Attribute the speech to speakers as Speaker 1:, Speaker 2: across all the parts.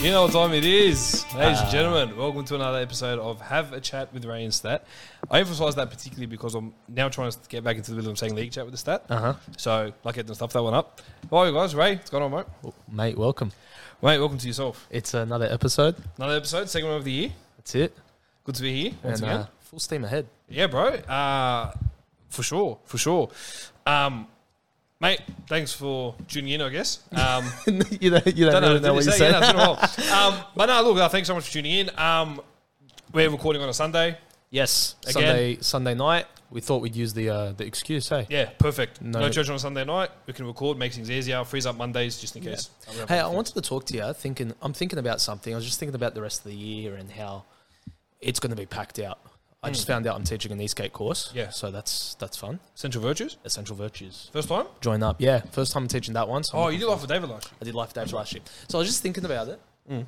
Speaker 1: You know what time it is. Ladies and gentlemen, welcome to another episode of Have a Chat with Ray and Stat. I emphasise that particularly because I'm now trying to get back into the middle of saying league chat with the stat.
Speaker 2: Uh-huh.
Speaker 1: So, like it and stuff that one up. Hello, guys. Ray, what's going on, mate?
Speaker 2: Well, Oh, Mate, welcome.
Speaker 1: Mate, welcome to yourself.
Speaker 2: It's another episode.
Speaker 1: Another episode, second one of the year.
Speaker 2: That's it.
Speaker 1: Good to be here once
Speaker 2: and,
Speaker 1: again.
Speaker 2: uh, full steam ahead.
Speaker 1: Yeah, bro. Uh, for sure, for sure. Um, mate, thanks for tuning in. I guess. Um,
Speaker 2: you don't, you don't, really
Speaker 1: don't know,
Speaker 2: know what
Speaker 1: did
Speaker 2: you
Speaker 1: you say?
Speaker 2: said.
Speaker 1: Yeah, no, it's been a while. Um, but no, look, uh, thanks so much for tuning in. Um, we're recording on a Sunday.
Speaker 2: Yes,
Speaker 1: Again.
Speaker 2: Sunday Sunday night. We thought we'd use the uh, the excuse, hey.
Speaker 1: Yeah, perfect. No,
Speaker 2: No.
Speaker 1: church on a Sunday night. We can record, makes things easier. Frees up Mondays just in case.
Speaker 2: Hey, I wanted to talk to you. Thinking, I'm thinking about something. I was just thinking about the rest of the year and how it's going to be packed out. I just found out I'm teaching an Eastgate course.
Speaker 1: Yeah.
Speaker 2: so that's that's fun.
Speaker 1: Central Virtues.
Speaker 2: Essential virtues.
Speaker 1: First time.
Speaker 2: Join up. Yeah, first time I'm teaching that one. So I'm
Speaker 1: Oh, you did Life with David last year.
Speaker 2: I did Life Dash last year. So I was just thinking about it. A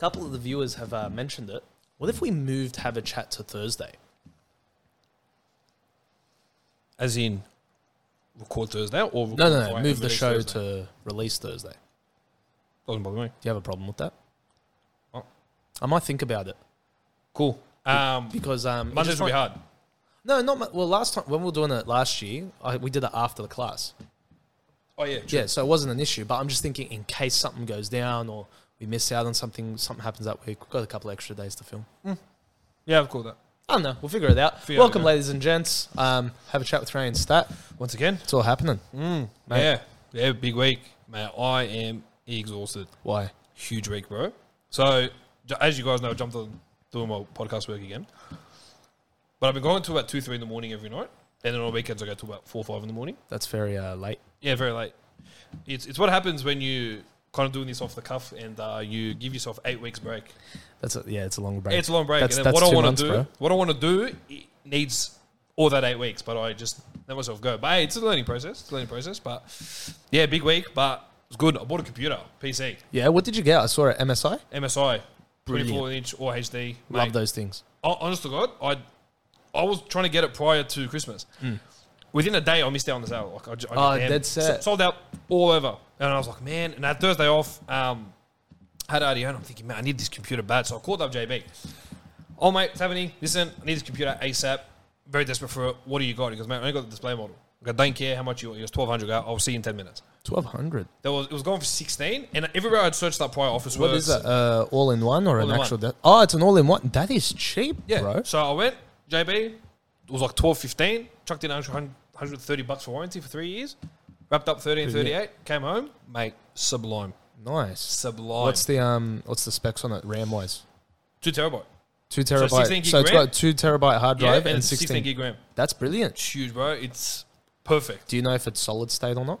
Speaker 2: couple of the viewers have uh, mentioned it. What if we moved Have a Chat to Thursday?
Speaker 1: As in, record Thursday or record
Speaker 2: No, no, no.
Speaker 1: Friday,
Speaker 2: Move the
Speaker 1: release
Speaker 2: show
Speaker 1: Thursday.
Speaker 2: to release Thursday. Do
Speaker 1: Doesn't bother me.
Speaker 2: you have a problem with that?
Speaker 1: Oh.
Speaker 2: I might think about it
Speaker 1: Cool. Um,
Speaker 2: because um, it
Speaker 1: Mondays
Speaker 2: just
Speaker 1: will be
Speaker 2: might-
Speaker 1: hard.
Speaker 2: No, not mu- well. Last time when we were doing it last year, I, we did it after the class.
Speaker 1: Oh yeah.
Speaker 2: Yeah, so it wasn't an issue. But I'm just thinking in case something goes down or we miss out on something, something happens that week. We've got a couple extra days to film.
Speaker 1: Yeah, I've called that.
Speaker 2: I don't know. We'll figure it out.
Speaker 1: Figure it
Speaker 2: Welcome,
Speaker 1: out.
Speaker 2: ladies and gents. Um, have a chat with Ray and Stat.
Speaker 1: Once again,
Speaker 2: It's all happening.
Speaker 1: Mm-hmm.
Speaker 2: Mate.
Speaker 1: yeah, yeah, big week, mate. I am exhausted.
Speaker 2: Why?
Speaker 1: Huge week, bro. So, j- as you guys know, I jumped on doing my podcast work again. But I've been going till about two, three in the morning every night, and then on weekends I go till about four, five in the morning.
Speaker 2: That's very uh, late.
Speaker 1: Yeah, very late. It's it's what happens when you kind of doing this off the cuff and uh, you give yourself eight weeks break.
Speaker 2: That's a, yeah, it's a long break.
Speaker 1: It's a long break.
Speaker 2: That's-
Speaker 1: and then
Speaker 2: that's
Speaker 1: what I
Speaker 2: two
Speaker 1: want
Speaker 2: months,
Speaker 1: to do,
Speaker 2: bro.
Speaker 1: what I want to do, it needs all that eight weeks. But I just let myself go. But hey, it's a learning process. It's a learning process. But yeah, big week. But it's good. I bought a computer, PC,
Speaker 2: yeah, what did you get? I saw it MSI.
Speaker 1: MSI,
Speaker 2: Brilliant.
Speaker 1: 24 inch or HD.
Speaker 2: Love
Speaker 1: Mate,
Speaker 2: those things.
Speaker 1: hon- Honest to God, I I was trying to get it prior to Christmas. Within a day, I missed out on the sale. Like I, ju- I
Speaker 2: Hmm. Oh,
Speaker 1: got hammered.
Speaker 2: dead set.
Speaker 1: S- sold out all over, and I was like, man. And I had Thursday off. Um, had RDO, and I'm thinking, man, I need this computer bad. So I called up JB. Oh mate, Tavani, listen, I need this computer ASAP. Very desperate for it. What do you got? He goes, mate, I only got the display model. I go, don't care how much you want. He goes, twelve hundred. Go, I'll see you in ten minutes.
Speaker 2: Twelve hundred.
Speaker 1: There was it was going for sixteen, and everywhere I'd searched that prior office
Speaker 2: What
Speaker 1: works,
Speaker 2: is that? Uh, all in one or an
Speaker 1: in
Speaker 2: actual? de- oh, it's an all in one. That is cheap,
Speaker 1: Yeah.
Speaker 2: bro.
Speaker 1: So I went, JB, it was like twelve fifteen. chucked in 100 130 bucks for warranty for three years, wrapped up 13 38, came home, mate, sublime.
Speaker 2: Nice.
Speaker 1: Sublime.
Speaker 2: What's the um? What's the specs on it? RAM wise,
Speaker 1: Two terabyte.
Speaker 2: two terabyte.
Speaker 1: 16
Speaker 2: So,
Speaker 1: gig
Speaker 2: it's
Speaker 1: RAM?
Speaker 2: got two terabyte hard
Speaker 1: Yeah,
Speaker 2: drive
Speaker 1: and,
Speaker 2: and
Speaker 1: it's 16.
Speaker 2: sixteen.
Speaker 1: gig RAM.
Speaker 2: That's brilliant.
Speaker 1: It's huge, bro. It's perfect.
Speaker 2: Do you know if it's solid state or not?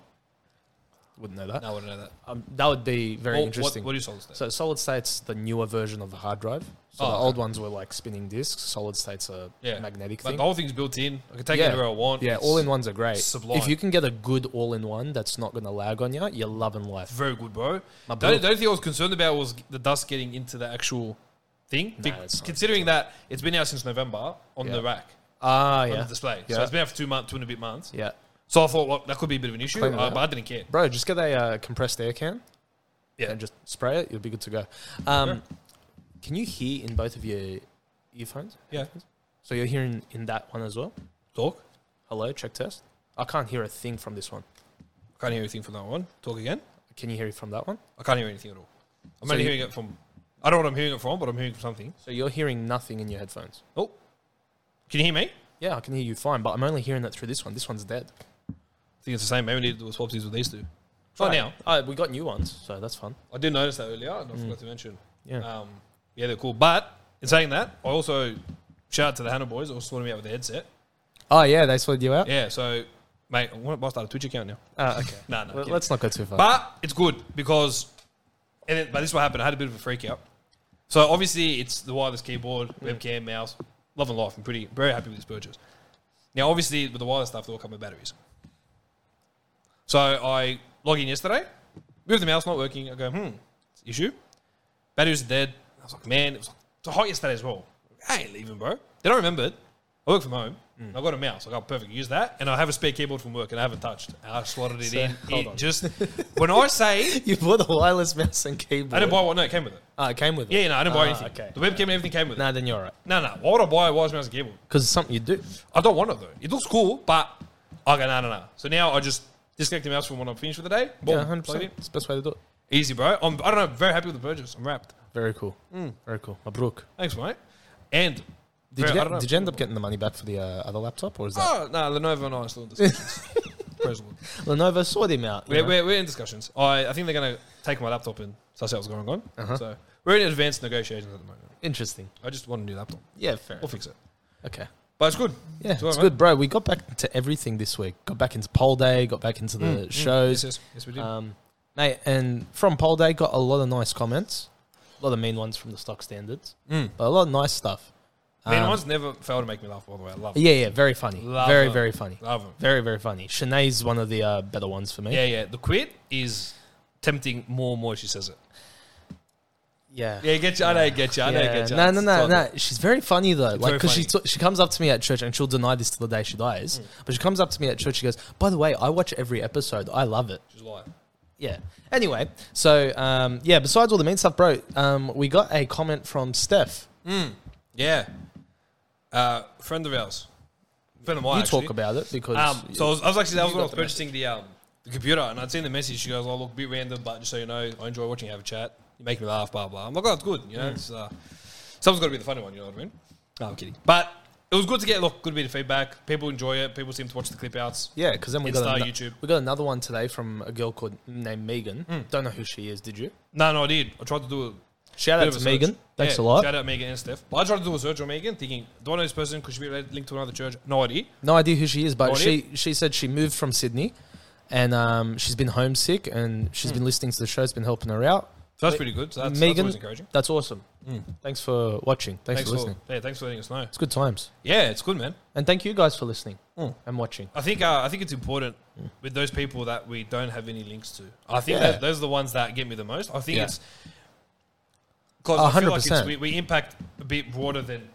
Speaker 2: Wouldn't know that.
Speaker 1: No, I don't know that.
Speaker 2: Um, that would be very
Speaker 1: Well, what-
Speaker 2: interesting.
Speaker 1: What, do you solid state?
Speaker 2: So solid state's the newer version of the hard drive. So
Speaker 1: Oh,
Speaker 2: the
Speaker 1: okay.
Speaker 2: old ones were like spinning discs. Solid state's a
Speaker 1: yeah.
Speaker 2: magnetic
Speaker 1: But
Speaker 2: thing.
Speaker 1: the whole thing's built in. I can take it anywhere I want.
Speaker 2: Yeah,
Speaker 1: It's
Speaker 2: all in ones are great.
Speaker 1: sublime.
Speaker 2: If you can get a good all in one that's not going to lag on you, you're loving life.
Speaker 1: Very good, bro.
Speaker 2: My
Speaker 1: The only,
Speaker 2: build-
Speaker 1: the only thing I was concerned about was the dust getting into the actual thing. Be-
Speaker 2: it's not-
Speaker 1: considering that it's been out since November on
Speaker 2: Yeah.
Speaker 1: the rack,
Speaker 2: Ah,
Speaker 1: on
Speaker 2: yeah.
Speaker 1: the display. So
Speaker 2: Yeah.
Speaker 1: it's been out for two months, two and a bit months.
Speaker 2: Yeah.
Speaker 1: So I thought well, that could be a bit of an issue,
Speaker 2: Clean it
Speaker 1: uh,
Speaker 2: up.
Speaker 1: but I didn't care.
Speaker 2: Bro, just get a uh, compressed air can
Speaker 1: Yeah,
Speaker 2: and just spray it. You'll be good to go. Um, Can you hear in both of your earphones?
Speaker 1: yeah.
Speaker 2: So you're hearing in that one as well?
Speaker 1: Talk.
Speaker 2: Hello, check test. I can't hear a thing from this one.
Speaker 1: I can't hear anything from that one. Talk again.
Speaker 2: Can you hear it from that one?
Speaker 1: I can't hear anything at all. I'm
Speaker 2: So
Speaker 1: only
Speaker 2: you-
Speaker 1: hearing it from. I don't know what I'm hearing it from, but I'm hearing it from something.
Speaker 2: So you're hearing nothing in your headphones.
Speaker 1: Oh, can you hear me? I
Speaker 2: Yeah, I can hear you fine, but I'm only hearing that through this one. This one's dead.
Speaker 1: think it's the same. Maybe we need to do a swap these with these two. Try now.
Speaker 2: Uh, we got new ones, so that's fun.
Speaker 1: I did notice that earlier, and I forgot to mention.
Speaker 2: Mm. Yeah.
Speaker 1: Um, yeah, they're cool. But in saying that, I also shout out to the Hannah boys. who sorted me out with the headset.
Speaker 2: Oh yeah, they sorted you out.
Speaker 1: Yeah. So, mate, I want to start a Twitch account now.
Speaker 2: Uh, okay,
Speaker 1: Nah, nah,
Speaker 2: Well,
Speaker 1: kidding.
Speaker 2: let's not go too far.
Speaker 1: But it's good because, and it, but this is what happened. I had a bit of a freak out. So obviously, it's the wireless keyboard, webcam, mouse, love and life. I'm pretty very happy with this purchase. Now, obviously, with the wireless stuff, they all come with batteries. So I log in yesterday, move the mouse, not working. I go, hmm, it's an issue. Batteries are dead. I was like, man, it was so hot yesterday as well. I ain't leaving, bro. Then I remembered I work from home.
Speaker 2: Mm.
Speaker 1: and I've got a mouse. I got perfect. Use that, and I have a spare keyboard from work, and I haven't touched. And I slotted it
Speaker 2: So,
Speaker 1: in.
Speaker 2: hold
Speaker 1: It
Speaker 2: on.
Speaker 1: just when I say
Speaker 2: You bought a wireless mouse and keyboard.
Speaker 1: I didn't buy one. No, it came with it.
Speaker 2: Ah, it came with it.
Speaker 1: Yeah, no, I didn't buy
Speaker 2: Ah,
Speaker 1: anything.
Speaker 2: Okay.
Speaker 1: The webcam and everything came with it.
Speaker 2: No, then you're all right.
Speaker 1: No, no. Why would I buy a wise mouse and keyboard?
Speaker 2: Because it's something you do.
Speaker 1: I don't want it though. It looks cool, but I go no, no, no. So now I just disconnect the mouse from when I'm finished for the day. Boom,
Speaker 2: yeah, 100%.
Speaker 1: plug it in.
Speaker 2: It's the best way to do it.
Speaker 1: Easy, bro. I'm, I don't know. Very happy with the purchase. I'm wrapped.
Speaker 2: Very cool. Very cool. Mabruk.
Speaker 1: Thanks, mate. And
Speaker 2: Did you,
Speaker 1: very- I don't
Speaker 2: get,
Speaker 1: know.
Speaker 2: did you end up getting the money back for the uh, other laptop, or is that
Speaker 1: Oh, no, Lenovo and I are still in discussions. Praise the Lord.
Speaker 2: Lenovo saw them out? you
Speaker 1: We're,
Speaker 2: know?
Speaker 1: we're, we're in discussions. I, I think they're going to take my laptop and suss out what's going on.
Speaker 2: Uh-huh.
Speaker 1: So we're in advanced negotiations at the moment.
Speaker 2: Interesting.
Speaker 1: I just want a new laptop.
Speaker 2: Yeah, fair.
Speaker 1: We'll fix it.
Speaker 2: Okay.
Speaker 1: But it's good.
Speaker 2: Yeah,
Speaker 1: all
Speaker 2: it's
Speaker 1: right,
Speaker 2: good, bro. We got back to everything this week. Got back into poll day. Got back into the
Speaker 1: Mm, mm. Yes,
Speaker 2: shows,
Speaker 1: yes, yes, we did.
Speaker 2: um, mate. And from poll day, got a lot of nice comments. A lot of mean ones from the stock standards,
Speaker 1: Mm.
Speaker 2: but a lot of nice stuff.
Speaker 1: Man,
Speaker 2: Um,
Speaker 1: one's never failed to make me laugh, by the way. I love it.
Speaker 2: Yeah, yeah, very funny.
Speaker 1: Love
Speaker 2: very,
Speaker 1: them.
Speaker 2: very funny.
Speaker 1: Love them.
Speaker 2: Very, very funny. Shanae's one of the uh, better ones for me.
Speaker 1: Yeah, yeah. The quit is tempting more and more as she says it.
Speaker 2: yeah.
Speaker 1: Yeah, get you. I know, get you. I know,
Speaker 2: Yeah.
Speaker 1: get you.
Speaker 2: No, no,
Speaker 1: It's
Speaker 2: no,
Speaker 1: like-
Speaker 2: no. She's very funny though. Like,
Speaker 1: very
Speaker 2: because she
Speaker 1: funny. Mm.
Speaker 2: t- she comes up to me at church and she'll deny this till the day she dies. But she comes up to me at church. She goes, "By the way, I watch every episode. I love it."
Speaker 1: She's lying.
Speaker 2: Yeah. Anyway, so um, yeah. Besides all the mean stuff, bro, um, we got a comment from Steph.
Speaker 1: Yeah. Uh, friend of ours. Friend of mine.
Speaker 2: you
Speaker 1: actually.
Speaker 2: talk about it because
Speaker 1: Um, so I was, I was actually that was
Speaker 2: You
Speaker 1: when I
Speaker 2: got
Speaker 1: was
Speaker 2: the
Speaker 1: purchasing the um, the computer, and I'd seen the message. She goes, "Oh, look, a bit random, but just so you know, I enjoy watching you have a chat. You make me laugh, blah blah." I'm like, "Oh, it's good, you know.
Speaker 2: Hmm.
Speaker 1: It's, uh, someone's got to be the funny one, you know what I mean?" No, I'm kidding. But it was good to get look good bit of feedback. People enjoy it. People seem to watch the clip outs.
Speaker 2: yeah, because then we
Speaker 1: Insta,
Speaker 2: got ano-
Speaker 1: YouTube. Mm.
Speaker 2: we got another one today from a girl called named Megan. Don't know who she is. Did you?
Speaker 1: No, no, I did. I tried to do a
Speaker 2: Shout
Speaker 1: bit
Speaker 2: out
Speaker 1: of a search.
Speaker 2: to Megan. Thanks
Speaker 1: Yeah,
Speaker 2: a lot.
Speaker 1: Shout out Megan and Steph. But I tried to do a search on Megan, thinking, "Do I know this person? Could she be related- linked to another church?" No idea.
Speaker 2: No idea who she is, but
Speaker 1: No
Speaker 2: she, she said she moved from Sydney and um, she's been homesick and she's
Speaker 1: Mm.
Speaker 2: been listening to the show, it's been helping her out.
Speaker 1: So that's
Speaker 2: Me-
Speaker 1: pretty good. So that's, that's
Speaker 2: Megan,
Speaker 1: always encouraging.
Speaker 2: that's awesome. Thanks for watching.
Speaker 1: Mm. Thanks
Speaker 2: Thanks, for
Speaker 1: for
Speaker 2: listening.
Speaker 1: yeah, thanks for letting us know.
Speaker 2: It's good times.
Speaker 1: Yeah, it's good, man.
Speaker 2: And thank you guys for listening
Speaker 1: Mm.
Speaker 2: and watching.
Speaker 1: I think uh, I think it's important with those people that we don't have any links to. I think
Speaker 2: Yeah.
Speaker 1: that, those are the ones that get me the most. I think
Speaker 2: Yeah.
Speaker 1: it's because
Speaker 2: A
Speaker 1: I feel
Speaker 2: hundred
Speaker 1: like it's,
Speaker 2: percent.
Speaker 1: we, we impact a bit broader than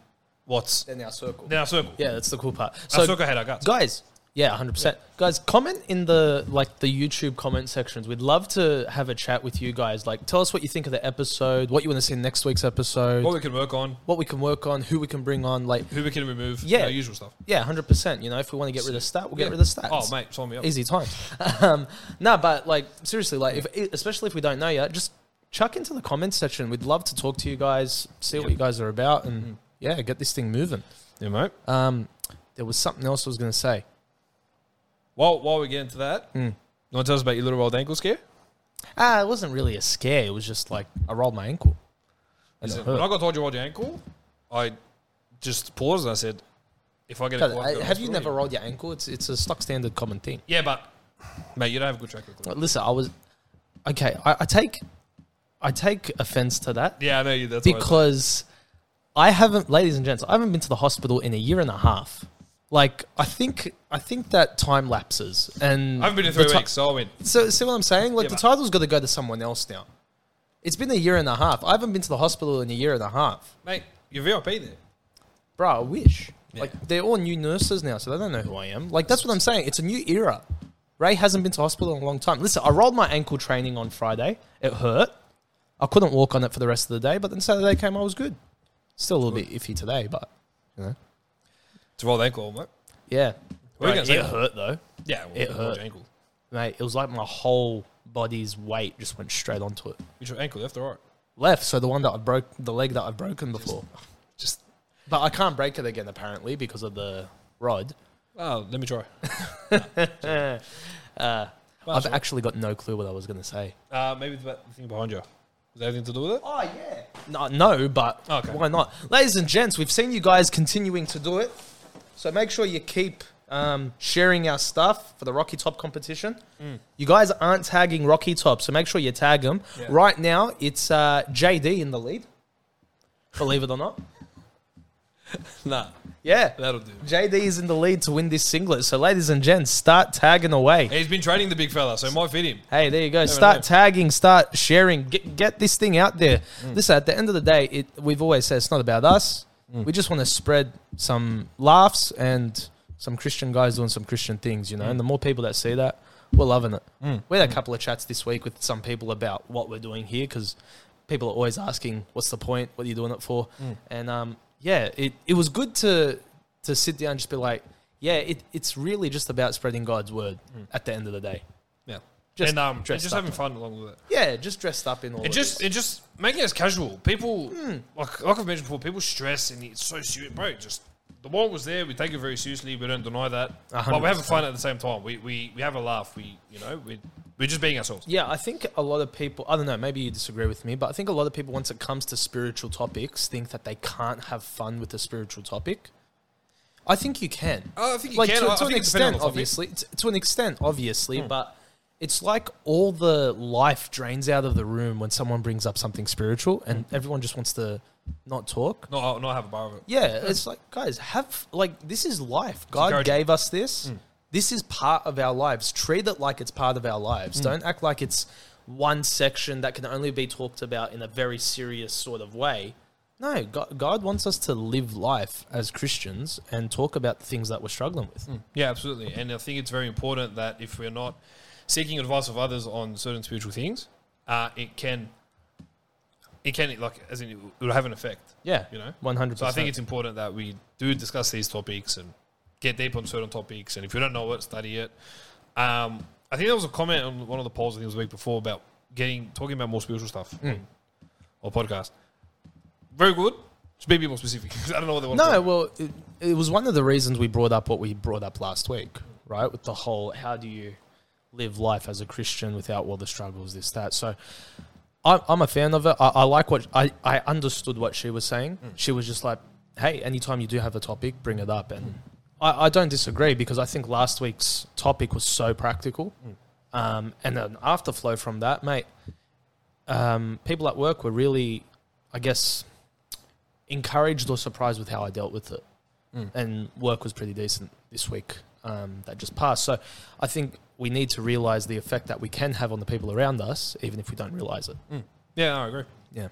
Speaker 1: what's
Speaker 2: In our circle.
Speaker 1: in our circle.
Speaker 2: Yeah, that's the cool part.
Speaker 1: our
Speaker 2: So,
Speaker 1: circle had our guts.
Speaker 2: guys, yeah, 100%. Guys, comment in the like the YouTube comment sections. We'd love to have a chat with you guys. Like tell us what you think of the episode, what you want to see in next week's episode,
Speaker 1: What we can work on,
Speaker 2: what we can work on, who we can bring on, like
Speaker 1: who we can remove,
Speaker 2: Yeah.
Speaker 1: our usual stuff.
Speaker 2: Yeah, hundred percent. You know, if we want to get rid of stat, we'll
Speaker 1: Yeah.
Speaker 2: get rid of stats.
Speaker 1: Oh mate, sign me up.
Speaker 2: easy time. um, no, but like seriously, like if especially if we don't know yet, just chuck into the comments section. We'd love to talk to you guys, see what you guys are about, and
Speaker 1: Mm-hmm.
Speaker 2: yeah, get this thing moving.
Speaker 1: Yeah, mate.
Speaker 2: Um, there was something else I was going to say.
Speaker 1: While while we get into that,
Speaker 2: Hmm.
Speaker 1: you want to tell us about your little old ankle scare?
Speaker 2: Ah, it wasn't really a scare. It was just like I rolled my ankle. And
Speaker 1: Listen,
Speaker 2: it hurt.
Speaker 1: When I got told you rolled your ankle, I just paused and I said, "If I get a
Speaker 2: No,
Speaker 1: call,
Speaker 2: I-
Speaker 1: I'll go to
Speaker 2: have you
Speaker 1: hospital."
Speaker 2: never rolled your ankle? It's it's a stock standard common thing.
Speaker 1: Yeah, but mate, you don't have a good track record.
Speaker 2: Like, Listen, I was okay. I, I take I take offense to that.
Speaker 1: Yeah, I know you. That's why I said-
Speaker 2: because I haven't, ladies and gents, I haven't been to the hospital in a year and a half. Like I think, I think that time lapses, and
Speaker 1: I haven't been in
Speaker 2: the
Speaker 1: three
Speaker 2: ti-
Speaker 1: weeks, so I win.
Speaker 2: So see what I'm saying? Like
Speaker 1: Yeah,
Speaker 2: the
Speaker 1: but-
Speaker 2: title's got to go to someone else now. It's been a year and a half. I haven't been to the hospital in a year and a half,
Speaker 1: Mate, you're VIP there.
Speaker 2: bro. I wish.
Speaker 1: Yeah.
Speaker 2: Like they're all new nurses now, so they don't know who I am. Like that's what I'm saying. It's a new era. Ray hasn't been to hospital in a long time. Listen, I rolled my ankle training on Friday. It hurt. I couldn't walk on it for the rest of the day, but then Saturday came, I was good. Still a little bit iffy today, but you know.
Speaker 1: It's a rolled ankle, mate.
Speaker 2: Yeah.
Speaker 1: What are you
Speaker 2: Right,
Speaker 1: gonna say?
Speaker 2: it hurt though.
Speaker 1: Yeah, well,
Speaker 2: It
Speaker 1: rolled your
Speaker 2: hurt.
Speaker 1: ankle.
Speaker 2: Mate, it was like my whole body's weight just went straight onto it.
Speaker 1: Which ankle, left or right?
Speaker 2: Left, so the one that I broke the leg that I've broken before.
Speaker 1: Just,
Speaker 2: But I can't break it again apparently because of the rod.
Speaker 1: oh, let me try.
Speaker 2: Eh. uh,
Speaker 1: Well,
Speaker 2: I've
Speaker 1: sure.
Speaker 2: actually got no clue what I was gonna say.
Speaker 1: Uh, maybe it's about the thing behind you. Does that have anything to do with it?
Speaker 2: Oh yeah. No, no, but
Speaker 1: Okay.
Speaker 2: why not, ladies and gents? We've seen you guys continuing to do it, so make sure you keep um, sharing our stuff for the Rocky Top competition.
Speaker 1: Mm.
Speaker 2: You guys aren't tagging Rocky Top, so make sure you tag them.
Speaker 1: Yeah.
Speaker 2: Right now, it's uh, JD in the lead. Believe it or not,
Speaker 1: Nah,
Speaker 2: yeah,
Speaker 1: that'll do.
Speaker 2: JD is in the lead to win this singlet. So, ladies and gents, start tagging away.
Speaker 1: He's been training the big fella, so it might fit him.
Speaker 2: Hey, there you go.
Speaker 1: we
Speaker 2: Start
Speaker 1: know.
Speaker 2: tagging, start
Speaker 1: Mm.
Speaker 2: sharing, get, get this thing out there. Listen, at the end of the day, it, we've always said it's not about us,
Speaker 1: Mm.
Speaker 2: We just want to spread some laughs and some Christian guys doing some Christian things,
Speaker 1: Mm.
Speaker 2: you know. And the more people that see that, we're loving it. We had a couple of chats this week with some people about what we're doing here because people are always asking, "What's the point? What are you doing it for?"
Speaker 1: Mm.
Speaker 2: And um, yeah, it, it was good to to sit down and just be like, "Yeah, it, it's really just about spreading God's word at the end of the day."
Speaker 1: Yeah. Mm.
Speaker 2: Just
Speaker 1: and um, and
Speaker 2: dressed
Speaker 1: just
Speaker 2: up.
Speaker 1: having fun along with it.
Speaker 2: Yeah, just dressed up in all.
Speaker 1: It
Speaker 2: of
Speaker 1: just
Speaker 2: this.
Speaker 1: it just making us casual. People like like I've mentioned before, people stress and it's so serious, bro. Just the war was there. We take it very seriously. We don't deny that,
Speaker 2: A hundred
Speaker 1: but we're having fun at the same time. We we, we have a laugh. We you know we we're just being ourselves.
Speaker 2: Yeah, I think a lot of people, I don't know, maybe you disagree with me, but I think a lot of people, once it comes to spiritual topics, think that they can't have fun with a spiritual topic. I think you can.
Speaker 1: Oh, I think you
Speaker 2: like,
Speaker 1: can.
Speaker 2: To,
Speaker 1: I- I
Speaker 2: to an
Speaker 1: think depending on
Speaker 2: extent,
Speaker 1: the topic.
Speaker 2: obviously. To, to an extent, obviously, but it's like all the life drains out of the room when someone brings up something spiritual and everyone just wants to not talk.
Speaker 1: No, I'll not have a bar of it.
Speaker 2: Yeah, it's like, guys, have, like, this is life. God
Speaker 1: encouraging. Mm.
Speaker 2: gave us this. This is part of our lives. Treat it like it's part of our
Speaker 1: Mm.
Speaker 2: lives. Don't act like it's one section that can only be talked about in a very serious sort of way. No, God, God wants us to live life as Christians and talk about the things that we're struggling with.
Speaker 1: Yeah, absolutely. And I think it's very important that if we're not seeking advice of others on certain spiritual things, uh, it can it can like as in it will have an effect.
Speaker 2: Yeah,
Speaker 1: You know?
Speaker 2: one hundred.
Speaker 1: So I think it's important that we do discuss these topics and get deep on certain topics. And if you don't know it, study it. Um, I think there was a comment on one of the polls I think it was the week before about getting talking about more spiritual stuff
Speaker 2: Hmm.
Speaker 1: or podcast. Very good. Just be a bit more specific. 'cause I don't know what they want.
Speaker 2: no. Well, it, it was one of the reasons we brought up what we brought up last week, right? With the whole how do you live life as a Christian without all the struggles, this that. So I, I'm a fan of it. I, I like what I, I understood what she was saying. She was just like, hey, anytime you do have a topic, bring it up. And I, I don't disagree because I think last week's topic was so practical. Um, and an afterflow from that, mate, um, people at work were really, I guess, encouraged or surprised with how I dealt with it. Mm. And work was pretty decent this week um, that just passed. So I think we need to realize the effect that we can have on the people around us, even if we don't realize it.
Speaker 1: Yeah, no, I agree.
Speaker 2: Yeah.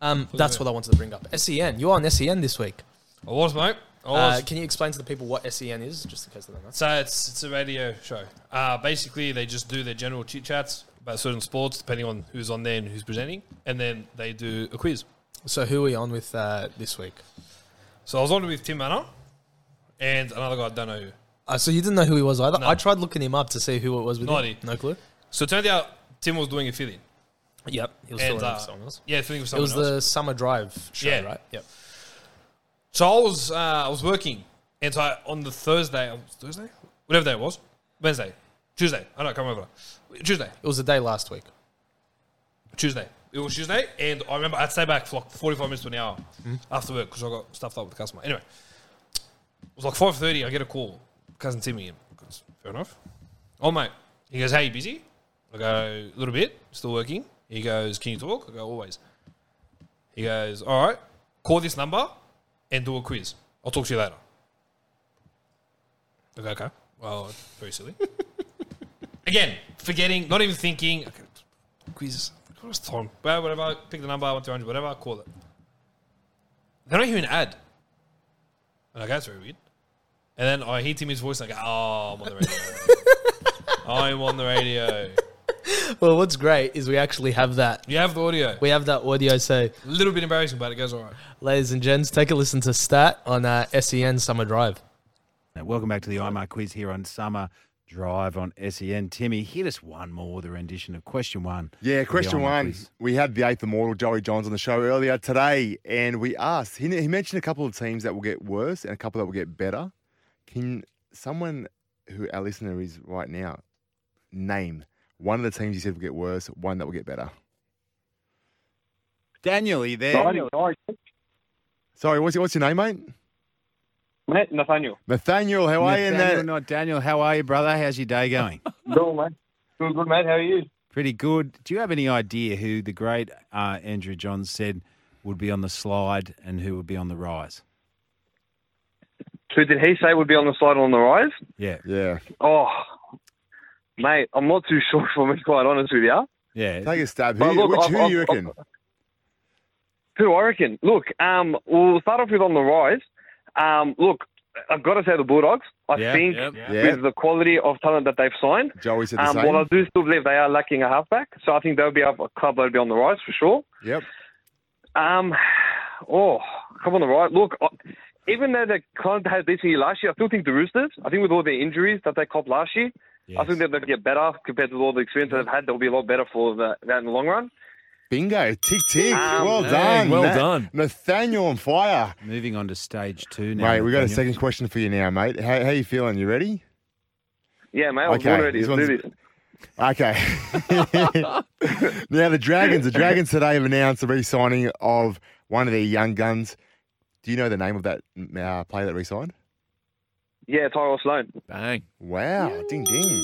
Speaker 2: Um, that's what I wanted to bring up. E SEN. You're on SEN this week.
Speaker 1: I was mate. I was.
Speaker 2: Uh, can you explain to the people what SEN is, just in case they don't know?
Speaker 1: So it's it's a radio show. Uh, basically, they just do their general chit chats about certain sports, depending on who's on there and who's presenting, and then they do a quiz.
Speaker 2: So who are we on with uh, this week?
Speaker 1: So I was on with Tim Manor and another guy I don't know who.
Speaker 2: Uh, so you didn't know who he was either.
Speaker 1: No.
Speaker 2: I tried looking him up to see who it was with.
Speaker 1: No
Speaker 2: him.
Speaker 1: idea.
Speaker 2: No clue.
Speaker 1: So it turned out Tim was doing a fill in.
Speaker 2: Yep. He was
Speaker 1: And,
Speaker 2: filling in
Speaker 1: uh,
Speaker 2: for someone else.
Speaker 1: Yeah, filling with
Speaker 2: It
Speaker 1: someone
Speaker 2: was
Speaker 1: else.
Speaker 2: the summer drive show,
Speaker 1: Yeah.
Speaker 2: right? Yep.
Speaker 1: So I was uh, I was working, and so I, on the Thursday, uh, Thursday, whatever day it was, Wednesday, Tuesday, I don't come over Tuesday,
Speaker 2: It was the day last week.
Speaker 1: Tuesday. It was Tuesday, and I remember I'd stay back for like 45 minutes to an hour after work because I got stuffed up with the customer. Anyway, it was like 5.30, I get a call. Cousin Timmy, and I goes, fair enough. Oh, mate. He goes, hey, you busy? I go, a little bit, still working. He goes, can you talk? I go, always. He goes, all right, call this number and do a quiz. I'll talk to you later. I go, okay. Well, that's very silly. Again, forgetting, not even thinking. Okay, quiz. What was time? Well, whatever. Pick the number, one, two hundred, whatever. Call it. They don't hear an ad. And I go, that's very weird. And then I hear Timmy's voice, and I go, oh, I'm on the radio. I'm on the radio.
Speaker 2: Well, what's great is we actually have that.
Speaker 1: You have the audio.
Speaker 2: We have that audio. So,
Speaker 1: A little bit embarrassing, but it goes all right.
Speaker 2: ladies and gents, take a listen to Stat on uh, SEN Summer Drive.
Speaker 3: Now, welcome back to the IMAR quiz here on Summer Drive on SEN. Timmy, hit us one more with a rendition of question one. of
Speaker 4: Yeah,
Speaker 3: the
Speaker 4: question
Speaker 3: IMAR
Speaker 4: one.
Speaker 3: quiz.
Speaker 4: We had the eighth immortal Joey Johns on the show earlier today, and we asked, he, he mentioned a couple of teams that will get worse and a couple that will get better. Can someone who our listener is right now name one of the teams you said will get worse, one that will get better?
Speaker 3: Daniel, are you there?
Speaker 5: Nathaniel.
Speaker 4: Sorry, what's, your- what's your name, mate?
Speaker 5: Mate, Nathaniel.
Speaker 4: Nathaniel, how are you? in
Speaker 3: Nathaniel,
Speaker 4: that-
Speaker 3: not Daniel. How are you, brother? How's your day going?
Speaker 5: Good, mate. Good, good, mate. How are you?
Speaker 3: Pretty good. Do you have any idea who the great uh, Andrew Johns said would be on the slide and who would be on the rise?
Speaker 5: Who did he say would be on the slide on the rise?
Speaker 3: Yeah,
Speaker 4: Yeah,
Speaker 5: Oh, mate, I'm not too sure if I'm being quite honest with you.
Speaker 3: yeah.
Speaker 4: take a stab. Who,
Speaker 5: Well, look,
Speaker 4: which,
Speaker 5: I've-
Speaker 4: who do you
Speaker 5: I've-
Speaker 4: reckon?
Speaker 5: Who do I reckon? Look, um, we'll start off with on the rise. Um, look, I've got to say the Bulldogs. I
Speaker 3: Yeah,
Speaker 5: think
Speaker 3: yeah,
Speaker 4: yeah.
Speaker 5: with the quality of talent that they've signed,
Speaker 4: Joey said the
Speaker 5: um,
Speaker 4: same.
Speaker 5: well, I do still believe they are lacking a halfback. So I think they'll be up, a club that'll be on the rise for sure.
Speaker 4: Yep.
Speaker 5: Um, oh, come on the right. Look, I- even though they kind of had this year last year, I still think the Roosters, I think with all the injuries that they copped last year, I think that they'll get better compared to all the experience that they've had. They'll be a lot better for the, that in the long run.
Speaker 4: Bingo. Tick, tick.
Speaker 5: Um,
Speaker 4: well
Speaker 3: Hey,
Speaker 4: done.
Speaker 3: well done.
Speaker 4: Nathaniel on fire.
Speaker 3: Moving on to stage two now.
Speaker 4: Mate, we got a
Speaker 3: Nathaniel.
Speaker 4: second question for you now, mate. How, how you feeling? You ready?
Speaker 5: Yeah, mate, I was
Speaker 4: Okay,
Speaker 5: born ready.
Speaker 4: this
Speaker 5: Let's do
Speaker 4: one's-
Speaker 5: this.
Speaker 4: Okay. now the Dragons. The Dragons today have announced the re-signing of one of their young guns. Do you know the name of that uh, player that re-signed?
Speaker 5: Yeah, Tyrell Sloan.
Speaker 6: Bang.
Speaker 4: Wow! Ding ding.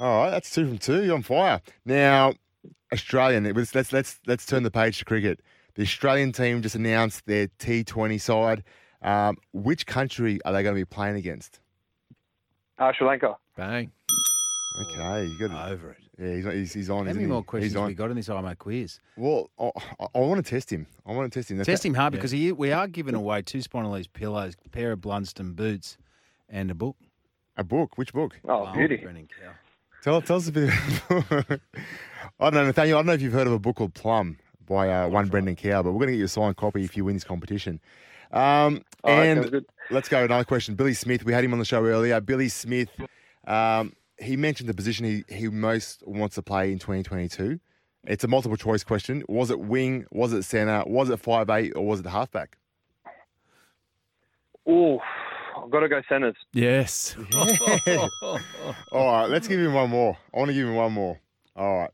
Speaker 4: All right, that's two from two. You're on fire now. Australian. It was, let's let's let's turn the page to cricket. The Australian team just announced their T20 side. Um, which country are they going to be playing against?
Speaker 5: Uh, Sri Lanka.
Speaker 6: Bang.
Speaker 4: Okay, you got it.
Speaker 3: over it.
Speaker 4: Yeah, he's, he's, he's on.
Speaker 3: How
Speaker 4: isn't
Speaker 3: many
Speaker 4: he?
Speaker 3: more
Speaker 4: He's
Speaker 3: questions
Speaker 4: on.
Speaker 3: we got in this IMO quiz?
Speaker 4: Well, I, I, I want to test him. I want to test him. That's-
Speaker 3: Test him hard because he, we are giving away two Spinalese pillows, a pair of Blunston boots, and a book.
Speaker 4: A book? Which book?
Speaker 5: Oh, beauty.
Speaker 3: Brennan Cow.
Speaker 4: Tell, tell us a bit. I don't know, Nathaniel. I don't know if you've heard of a book called Plum by uh, one Brendan Cow, but we're going to get you a signed copy if you win this competition. Um,
Speaker 5: All right,
Speaker 4: and
Speaker 5: sounds good.
Speaker 4: let's go another question. Billy Smith. We had him on the show earlier. Billy Smith. Um, he mentioned the position he, he most wants to play in 2022. It's a multiple choice question. Was it wing? Was it center? Was it five eight? Or was it halfback?
Speaker 5: Oh, I've got to go centres.
Speaker 6: Yes.
Speaker 4: All right, let's give him one more. I want to give him one more. All right.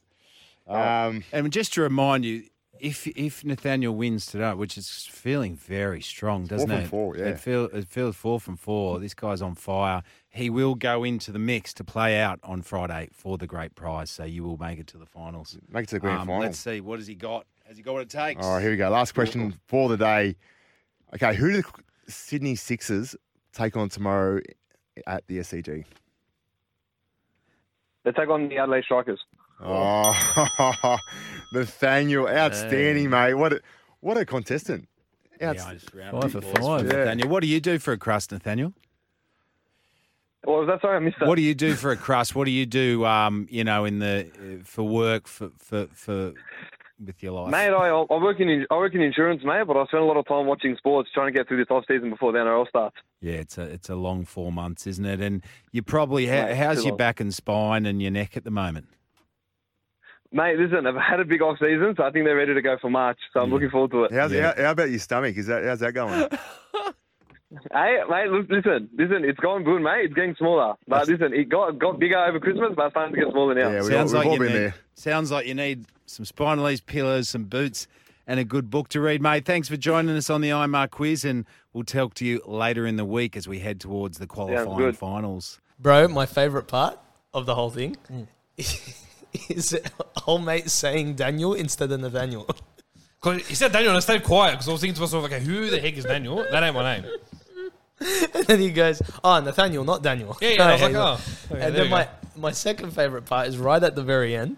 Speaker 4: Um,
Speaker 3: And just to remind you, if if Nathaniel wins tonight, which is feeling very strong, doesn't
Speaker 4: from
Speaker 3: it?
Speaker 4: four, yeah.
Speaker 3: It, feel, it feels four from four. This guy's on fire. He will go into the mix to play out on Friday for the great prize. So you will make it to the finals.
Speaker 4: make it to the grand
Speaker 3: Um,
Speaker 4: final.
Speaker 3: Let's see what has he got. Has he got what it takes?
Speaker 4: All right, here we go. Last question for the day. Okay, who do the Sydney Sixers take on tomorrow at the E SCG?
Speaker 5: They take on the Adelaide Strikers.
Speaker 4: Oh, Nathaniel, outstanding, mate. What a, what a contestant. Outst-
Speaker 3: Yeah, I just rounded
Speaker 6: Five for
Speaker 3: the balls
Speaker 6: five.
Speaker 3: for
Speaker 4: Yeah.
Speaker 3: Nathaniel, what do you do for a crust, Nathaniel?
Speaker 5: What was Oh, that? Sorry, I missed that.
Speaker 3: What do you do for a crust? What do you do, um, you know, in the uh, for work for for, for with your life?
Speaker 5: Mate, I, I work in I work in insurance, mate, but I spend a lot of time watching sports, trying to get through this off season before the NRL starts.
Speaker 3: Yeah, it's a it's a long four months, isn't it? And you probably ha-
Speaker 5: Mate,
Speaker 3: how's
Speaker 5: too
Speaker 3: your
Speaker 5: long.
Speaker 3: back and spine and your neck at the moment?
Speaker 5: Mate, listen, I've had a big off season, so I think they're ready to go for March. So I'm looking forward to it.
Speaker 4: How's,
Speaker 3: Yeah.
Speaker 4: how, how about your stomach? Is that how's that going?
Speaker 5: Hey, mate, look, listen, listen, it's going good, mate. It's getting smaller, but listen, it got got bigger over Christmas, but it's starting to get smaller now.
Speaker 4: Yeah, we-
Speaker 3: sounds
Speaker 4: we've
Speaker 3: like
Speaker 4: all
Speaker 3: you
Speaker 4: been
Speaker 3: need,
Speaker 4: there.
Speaker 3: Sounds like you need some spinalese pillows, some boots, and a good book to read, mate. Thanks for joining us on the IMAR quiz, and we'll talk to you later in the week as we head towards the qualifying
Speaker 5: good.
Speaker 3: finals.
Speaker 2: Bro, my favorite part of the whole thing
Speaker 1: Hmm.
Speaker 2: is old mate saying Daniel instead of Nathaniel.
Speaker 1: Because he said Daniel, and I stayed quiet because I was thinking to myself, okay, who the heck is Daniel? That ain't my name.
Speaker 2: and then he goes, Oh, Nathaniel, not Daniel.
Speaker 1: Yeah, yeah. I was like,
Speaker 2: he's
Speaker 1: oh. okay,
Speaker 2: and
Speaker 1: there
Speaker 2: then
Speaker 1: we
Speaker 2: my,
Speaker 1: go.
Speaker 2: my second favorite part is right at the very end.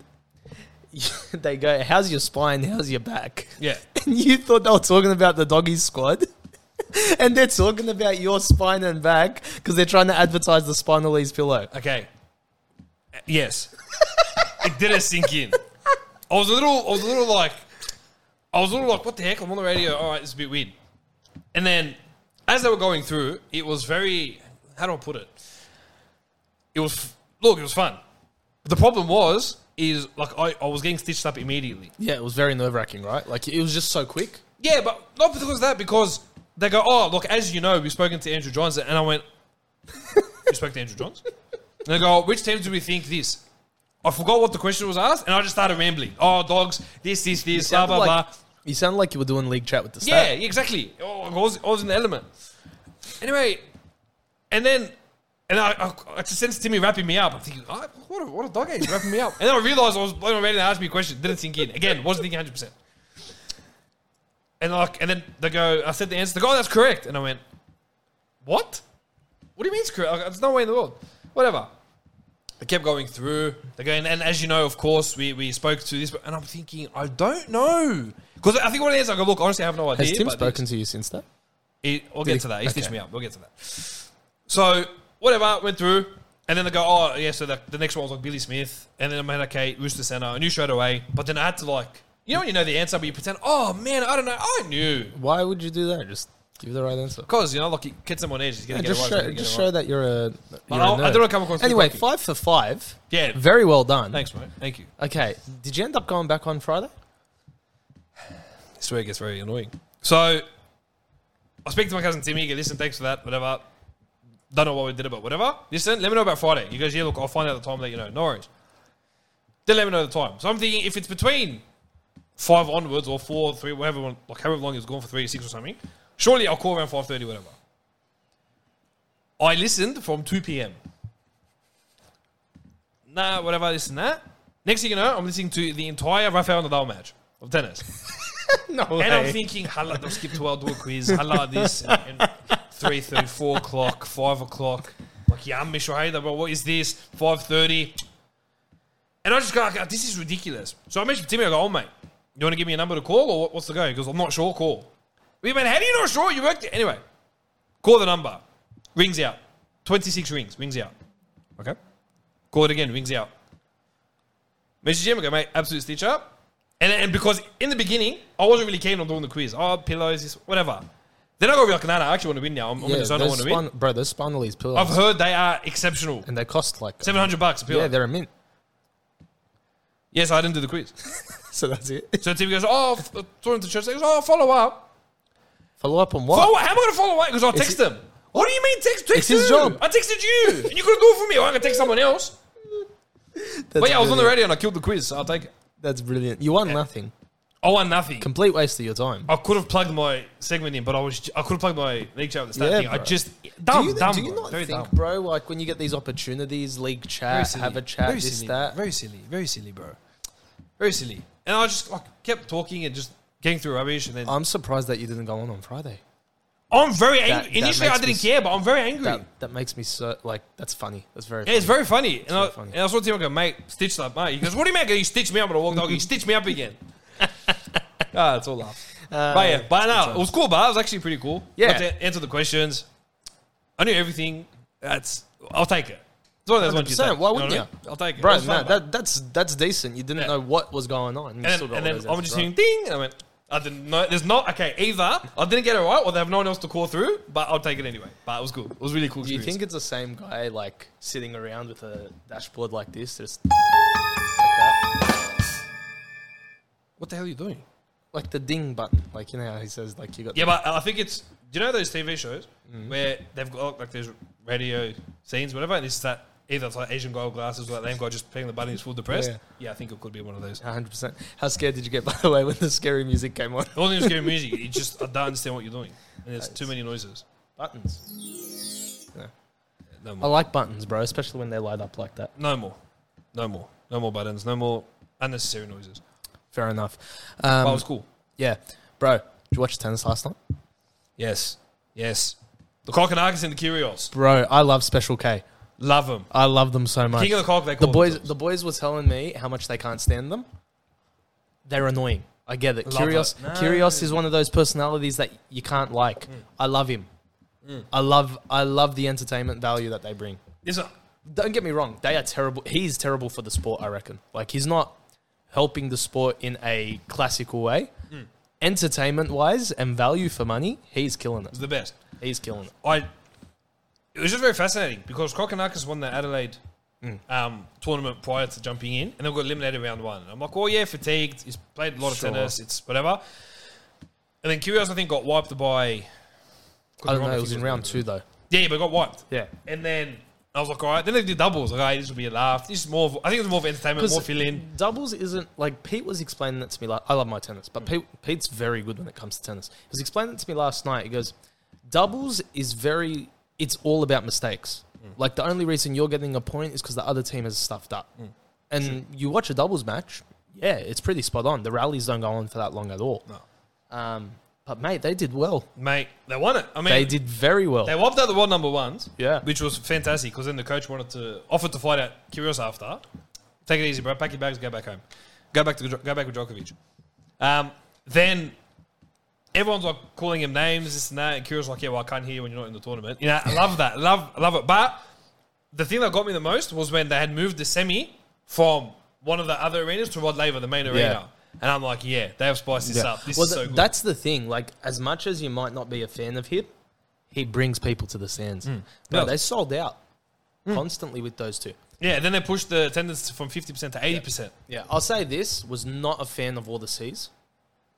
Speaker 2: they go, How's your spine? How's your back?
Speaker 1: Yeah.
Speaker 2: And you thought they were talking about the doggy squad. and they're talking about your spine and back because they're trying to advertise the spinalese pillow.
Speaker 1: Okay. Uh, Yes. it didn't sink in. I was a little. I was a little like. I was a little like, what the heck? I'm on the radio. All right, this is a bit weird. And then, as they were going through, it was very. How do I put it? It was f- look. It was fun. The problem was is like I, I was getting stitched up immediately.
Speaker 2: Yeah, it was very nerve wracking, right? Like it was just so quick.
Speaker 1: Yeah, but not because of that, because they go, oh, look, as you know, we've spoken to Andrew Johns. And I went, you spoke to Andrew Johns? And they go, which teams do we think this? I forgot what the question was asked, and I just started rambling. Oh, dogs, this, this, this, blah,
Speaker 2: sounded
Speaker 1: blah,
Speaker 2: like-
Speaker 1: blah.
Speaker 2: You sounded like you were doing league chat with the
Speaker 1: Yeah,
Speaker 2: stat.
Speaker 1: exactly. Oh, I was, I was in the element. Anyway, and then, and I, I, I just sensed Timmy wrapping me up. I'm thinking, oh, what, a, what a dog age wrapping me up. And then I realized I was blowing around and asked me a question. Didn't sink in. Again, wasn't thinking 100%. And like, and then they go, I said the answer. They go, oh, that's correct. And I went, what? What do you mean it's correct? Like, There's no way in the world. Whatever. They kept going through. They're going, and as you know, of course, we, we spoke to this, and I'm thinking, I don't know. Because I think what it is, I go, look, honestly, I have no idea.
Speaker 2: Has Tim
Speaker 1: but
Speaker 2: spoken to you since that?
Speaker 1: He, we'll get
Speaker 2: he?
Speaker 1: to that. He stitched
Speaker 2: Okay.
Speaker 1: me up. We'll get to that. So whatever went through, and then they go, oh yeah. So the, the next one was like Billy Smith, and then I mean, okay, Rooster Center. I knew straight away, but then I had to like, you know, when you know the answer, but you pretend, oh man, I don't know, I knew,
Speaker 2: Why would you do that? Just give the right answer.
Speaker 1: because you know, like it gets them on edge. He's gonna
Speaker 2: Yeah,
Speaker 1: get
Speaker 2: just
Speaker 1: it right. he's
Speaker 2: show,
Speaker 1: gonna get
Speaker 2: just
Speaker 1: it
Speaker 2: show
Speaker 1: right.
Speaker 2: that you're a. You're a
Speaker 1: I'll- I
Speaker 2: nerd.
Speaker 1: don't know, come across too
Speaker 2: Anyway,
Speaker 1: cocky.
Speaker 2: five for five.
Speaker 1: Yeah.
Speaker 2: very well done.
Speaker 1: Thanks, mate. Thank you.
Speaker 2: Okay, did you end up going back on Friday?
Speaker 1: This where it gets very annoying. So I speak to my cousin Timmy. Go, listen, thanks for that. Whatever. Don't know what we did about whatever. Listen, let me know about Friday. He goes, yeah, look, I'll find out the time that you know. No worries. Then let me know the time. So I'm thinking if it's between five onwards or four, three, whatever, one- like however long it's gone for three, six or something. Surely I'll call around five thirty, whatever. I listened from two p.m. Nah, whatever, this and that. Next thing you know, I'm listening to the entire Rafael Nadal match of tennis.
Speaker 2: No way.
Speaker 1: And I'm thinking, hala, they'll skip to our do a quiz, hala this, and, and three thirty, four o'clock, five o'clock. Like, yeah, I'm Michel Hayder, bro, what is this? Five thirty. And I just go, like, this is ridiculous. So I mentioned to Timmy, I go, oh, mate, you want to give me a number to call or what- what's the go? He goes, I'm not sure, call. We went, how do you not sure? You worked it. Anyway, call the number. Rings out. 26 rings, rings out. Okay. Call it again, rings out. Message him, I go, mate, absolute stitch up. And, and because in the beginning, I wasn't really keen on doing the quiz. Oh, pillows, this, whatever. Then I go, like, nah, nah, I actually want to win now. I'm, I'm in
Speaker 2: yeah,
Speaker 1: the zone, I
Speaker 2: those
Speaker 1: want to win.
Speaker 2: spin- bro, those spinalies pillows,
Speaker 1: I've heard they are exceptional.
Speaker 2: and they cost like
Speaker 1: 700 bucks a pillow.
Speaker 2: yeah, they're a mint.
Speaker 1: yes, I didn't do the quiz.
Speaker 2: So that's it.
Speaker 1: So Timmy goes, oh, f- throw him to church. He goes, oh, follow up.
Speaker 2: Follow up on what?
Speaker 1: Follow up. How am I going to follow up? He goes, I'll text
Speaker 2: it-
Speaker 1: him. What do you mean text? Text
Speaker 2: It's his
Speaker 1: who?
Speaker 2: job.
Speaker 1: I texted you. and you couldn't do it for me. I'm going to text someone else.
Speaker 2: That's
Speaker 1: But yeah, I was on the
Speaker 2: brilliant.
Speaker 1: radio and I killed the quiz. So I'll take it.
Speaker 2: That's brilliant. You won nothing.
Speaker 1: I won nothing.
Speaker 2: Complete waste of your time.
Speaker 1: I could have plugged my segment in, but I was I could have plugged my league chat at the start.
Speaker 2: Yeah,
Speaker 1: thing. I
Speaker 2: bro.
Speaker 1: just dumb,
Speaker 2: do you,
Speaker 1: dumb.
Speaker 2: do you
Speaker 1: bro.
Speaker 2: not
Speaker 1: Very
Speaker 2: think,
Speaker 1: dumb.
Speaker 2: bro? Like when you get these opportunities, league
Speaker 1: Very
Speaker 2: chat,
Speaker 1: silly.
Speaker 2: have a chat,
Speaker 1: Very
Speaker 2: this
Speaker 1: silly.
Speaker 2: that.
Speaker 1: Very silly. Very silly, bro. Very silly. And I just like kept talking and just getting through rubbish. And then I'm,
Speaker 2: I'm surprised that you didn't go on on Friday.
Speaker 1: very
Speaker 2: That-
Speaker 1: angry.
Speaker 2: that
Speaker 1: Initially, I
Speaker 2: makes me
Speaker 1: didn't
Speaker 2: s-
Speaker 1: care, but I'm very angry.
Speaker 2: That, that makes me so like that's funny. That's very.
Speaker 1: Yeah, it's very funny. and, I,
Speaker 2: very funny.
Speaker 1: and I saw Tim I go, mate, stitch that, mate. He goes, what do you mean? I go, you stitched me up and I walked out. You stitched me up again. ah, it's all laughs.
Speaker 2: Uh,
Speaker 1: but yeah, but no, it was cool, but it was actually pretty cool.
Speaker 2: Yeah.
Speaker 1: Got to answer the questions. I knew everything. That's, I'll take it. It's one of those ones you
Speaker 2: 100%.
Speaker 1: take.
Speaker 2: Why
Speaker 1: know
Speaker 2: wouldn't
Speaker 1: what I mean?
Speaker 2: you?
Speaker 1: I'll take it. It
Speaker 2: bro.
Speaker 1: was fun,
Speaker 2: No,
Speaker 1: mate.
Speaker 2: that, that's that's decent. You didn't
Speaker 1: Yeah.
Speaker 2: know what was going on. You
Speaker 1: and
Speaker 2: still
Speaker 1: then, and
Speaker 2: got all
Speaker 1: then
Speaker 2: those
Speaker 1: I'm
Speaker 2: answers
Speaker 1: just
Speaker 2: right.
Speaker 1: hearing ding, and I went, I didn't know. There's not, okay, either I didn't get it right or they have no one else to call through, but I'll take it anyway. But it was cool. It was really cool.
Speaker 2: Do you
Speaker 1: experience.
Speaker 2: think it's the same guy like sitting around with a dashboard like this? Just
Speaker 1: what the hell are you doing?
Speaker 2: like the ding button, like you know how he says, like you got.
Speaker 1: Yeah, but I think it's. Do you know those TV shows
Speaker 2: Mm-hmm.
Speaker 1: where they've got like these radio scenes, whatever, and it's that either it's like Asian gold glasses or that lame guy just playing the button, he's full depressed. Yeah.
Speaker 2: Yeah.
Speaker 1: I think it could be one of those. It
Speaker 2: One hundred percent. How scared did you get by the way when the scary music came on?
Speaker 1: wasn't even scary music. You just I don't understand what you're doing, and there's too many noises.
Speaker 2: Buttons.
Speaker 1: No
Speaker 2: I
Speaker 1: more.
Speaker 2: like buttons, bro, especially when they light up like that.
Speaker 1: No more. No more. No more buttons. No more unnecessary noises.
Speaker 2: Fair enough.
Speaker 1: But it
Speaker 2: Um,
Speaker 1: was cool.
Speaker 2: yeah, bro. Did you watch tennis last night,
Speaker 1: Yes. Yes. The Kokonakis and the Curios.
Speaker 2: bro? I love Special K.
Speaker 1: Love them.
Speaker 2: I love them so much.
Speaker 1: King of the cock, they
Speaker 2: the
Speaker 1: call
Speaker 2: boys,
Speaker 1: themselves.
Speaker 2: the boys were telling me how much they can't stand them. They're annoying. I get it.
Speaker 1: Love
Speaker 2: Curios,
Speaker 1: it. No.
Speaker 2: Curios is one of those personalities that you can't like. I love him. I love, I love the entertainment value that they bring.
Speaker 1: Listen,
Speaker 2: Don't get me wrong; they are terrible. He's terrible for the sport. I reckon. Like he's not helping the sport in a classical way. Entertainment wise and value for money, he's killing it.
Speaker 1: it's the best.
Speaker 2: He's killing it.
Speaker 1: I it was just very fascinating because Kokonakis won the Adelaide
Speaker 2: Mm.
Speaker 1: um, tournament prior to jumping in, and they got eliminated round one. And I'm like, oh yeah, fatigued. He's played a lot of
Speaker 2: Sure.
Speaker 1: tennis. It's whatever. And then Kyrgios, I think, got wiped by.
Speaker 2: I don't know. It was in round two though.
Speaker 1: Yeah, but got wiped.
Speaker 2: Yeah.
Speaker 1: And then I was like, all right. Then they did doubles. Like, hey, this will be a laugh. This is more. Of, I think it was more of entertainment,
Speaker 2: 'Cause
Speaker 1: more fill in.
Speaker 2: Doubles isn't like Pete was explaining that to me. Like, I love my tennis, but Pete, Pete's very good when it comes to tennis. He was explaining it to me last night. He goes, doubles is very. It's all about mistakes. Like the only reason you're getting a point is because the other team has stuffed up. And you watch a doubles match, yeah, it's pretty spot on. The rallies don't go on for that long at all. Um, But mate, they did well.
Speaker 1: mate. They won it. I mean,
Speaker 2: They did very well.
Speaker 1: They wiped out the world number ones.
Speaker 2: Yeah.
Speaker 1: Which was fantastic because then the coach wanted to offer to fight out Kyrgios after. Take it easy, bro. Pack your bags, go back home. Go back to go back with Djokovic. Um, then everyone's like calling him names, this and that. And Kyrgios like, yeah, well, I can't hear you when you're not in the tournament. You know, I love that. Love, love it. But the thing that got me the most was when they had moved the semi from one of the other arenas to Rod Laver, the main arena. And I'm like, yeah, they have spiced this
Speaker 2: Yeah.
Speaker 1: up. This
Speaker 2: well,
Speaker 1: is so
Speaker 2: th-
Speaker 1: good.
Speaker 2: that's the thing. Like, as much as you might not be a fan of him, he brings people to the stands.
Speaker 1: Mm.
Speaker 2: No,
Speaker 1: Yeah.
Speaker 2: they sold out
Speaker 1: Mm.
Speaker 2: constantly with those two.
Speaker 1: yeah, then they pushed the attendance from 50% to 80%.
Speaker 2: Yeah, I'll say this was not a fan of all the C's.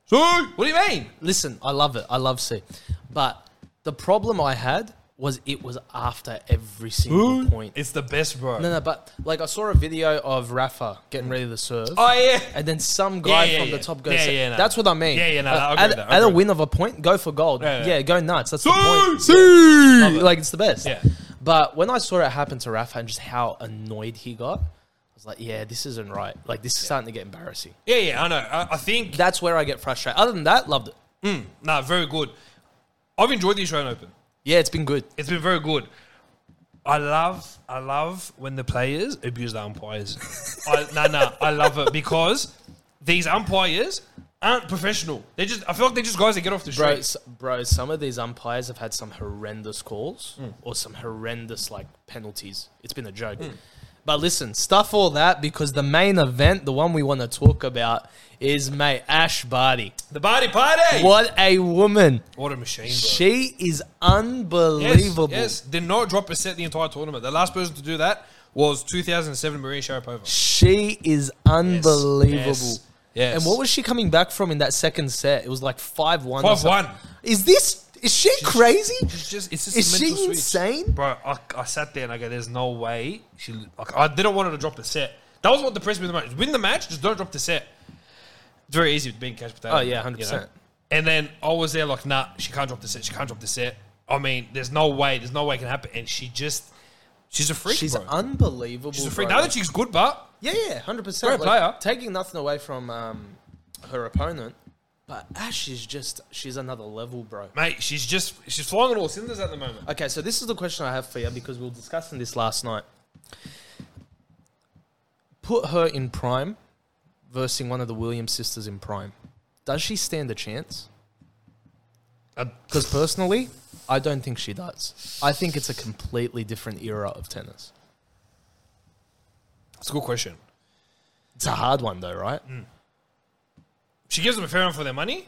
Speaker 1: So, what do you mean?
Speaker 2: Listen, I love it. I love C, but the problem I had was it was after every single point.
Speaker 1: It's the best, bro.
Speaker 2: no, no, but like I saw a video of Rafa getting ready to serve.
Speaker 1: Oh yeah.
Speaker 2: and then some guy
Speaker 1: Yeah, yeah,
Speaker 2: from
Speaker 1: yeah.
Speaker 2: the top goes.
Speaker 1: Yeah, yeah, no.
Speaker 2: That's what I mean.
Speaker 1: Yeah, yeah, no, I agree
Speaker 2: at,
Speaker 1: with that, I
Speaker 2: at a
Speaker 1: agree.
Speaker 2: win of a point, go for gold.
Speaker 1: Yeah,
Speaker 2: Yeah,
Speaker 1: yeah.
Speaker 2: go nuts. That's
Speaker 1: See,
Speaker 2: the point.
Speaker 1: see.
Speaker 2: Yeah. Like it's the best.
Speaker 1: Yeah.
Speaker 2: But when I saw it happen to Rafa and just how annoyed he got, I was like, yeah, this isn't right. Like this is starting to get embarrassing.
Speaker 1: Yeah, yeah. I know. I, I think
Speaker 2: That's where I get frustrated. Other than that, loved it.
Speaker 1: nah, very good. I've enjoyed the Australian Open.
Speaker 2: Yeah, it's been good.
Speaker 1: It's been very good. I love, I love when the players abuse the umpires. I, nah, nah, I love it because these umpires aren't professional. They just, I feel like they're just guys that get off the
Speaker 2: Bro,
Speaker 1: street.
Speaker 2: s- bro, some of these umpires have had some horrendous calls
Speaker 1: Hmm.
Speaker 2: or some horrendous like penalties. It's been a joke.
Speaker 1: Hmm.
Speaker 2: But listen, stuff all that because the main event, the one we want to talk about, is mate Ash Barty.
Speaker 1: The body party.
Speaker 2: What a woman!
Speaker 1: What a machine, bro.
Speaker 2: She is
Speaker 1: Yes,
Speaker 2: unbelievable.
Speaker 1: Yes, did not drop a set the entire tournament. The last person to do that was 2007 Maria Sharapova.
Speaker 2: She is unbelievable.
Speaker 1: Yes. Yes.
Speaker 2: And what was she coming back from in that second set? It was like five one.
Speaker 1: five one?
Speaker 2: Is this? Is she crazy?
Speaker 1: It's just, it's just
Speaker 2: Is
Speaker 1: a
Speaker 2: she
Speaker 1: mental switch.
Speaker 2: insane?
Speaker 1: bro? I, I sat there and I go, "There's no way she." Like, I didn't want her to drop the set. That was what depressed me the most. Win the match, just don't drop the set. It's very easy with being cash potato.
Speaker 2: Oh, yeah,
Speaker 1: you know?
Speaker 2: 100%.
Speaker 1: And then I was there like, "Nah, she can't drop the set. She can't drop the set." I mean, there's no way. There's no way it can happen. And she just, she's a freak,
Speaker 2: She's
Speaker 1: bro.
Speaker 2: unbelievable.
Speaker 1: she's a freak.
Speaker 2: bro.
Speaker 1: Now that she's good, but
Speaker 2: Yeah, yeah, hundred percent.
Speaker 1: Great player.
Speaker 2: Taking nothing away from um, her opponent, but Ash is just she's another level, bro.
Speaker 1: mate, she's just she's flying on all cylinders at the moment.
Speaker 2: Okay, so this is the question I have for you because we were discussing this last night. Put her in prime, versus one of the Williams sisters in prime. Does she stand a chance?
Speaker 1: I-
Speaker 2: Because personally, I don't think she does. I think it's a completely different era of tennis.
Speaker 1: It's a good question.
Speaker 2: It's a hard one though, right?
Speaker 1: Mm. She gives them a fair one for their money.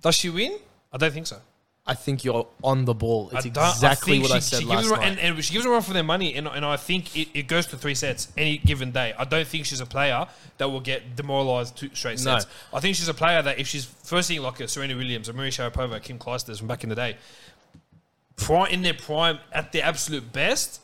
Speaker 1: Does she win? I don't think so.
Speaker 2: I think you're on the ball. It's
Speaker 1: I don't- I
Speaker 2: exactly
Speaker 1: think
Speaker 2: what
Speaker 1: she-
Speaker 2: I said
Speaker 1: she gives
Speaker 2: last
Speaker 1: her-
Speaker 2: night.
Speaker 1: And, and she gives a run for their money, and, and I think it, it goes to three sets any given day. I don't think she's a player that will get demoralised two straight
Speaker 2: No.
Speaker 1: sets. I think she's a player that if she's first thing like a Serena Williams, a Maria Sharapova, Kim Clijsters from back in the day, pri- in their prime at their absolute best,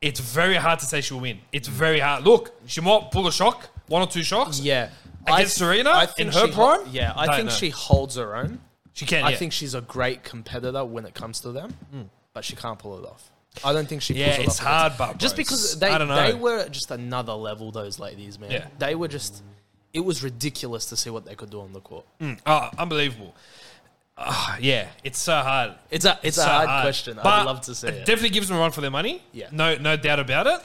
Speaker 1: it's very hard to say she'll win. It's very hard. Look, she might pull a shock, one or two shocks.
Speaker 2: Yeah.
Speaker 1: Against Serena in her
Speaker 2: she
Speaker 1: prime?
Speaker 2: hol- yeah, I
Speaker 1: Don't
Speaker 2: think
Speaker 1: know.
Speaker 2: she holds her own.
Speaker 1: she can.
Speaker 2: I
Speaker 1: yeah. Mm.
Speaker 2: think she's a great competitor when it comes to them, but she can't pull it off. I don't think she
Speaker 1: Yeah,
Speaker 2: pulls it
Speaker 1: it's
Speaker 2: off.
Speaker 1: hard, but
Speaker 2: just
Speaker 1: bro, it's-
Speaker 2: because they
Speaker 1: I don't know.
Speaker 2: they were just another level those ladies, man.
Speaker 1: Yeah.
Speaker 2: They were just it was ridiculous to see what they could do on the court.
Speaker 1: Oh, unbelievable. Ah, yeah, it's so hard.
Speaker 2: It's a it's, a
Speaker 1: so uh,
Speaker 2: hard, question. I'd
Speaker 1: But
Speaker 2: love to see it.
Speaker 1: Definitely gives them a run for their money.
Speaker 2: Yeah.
Speaker 1: no, no doubt about it.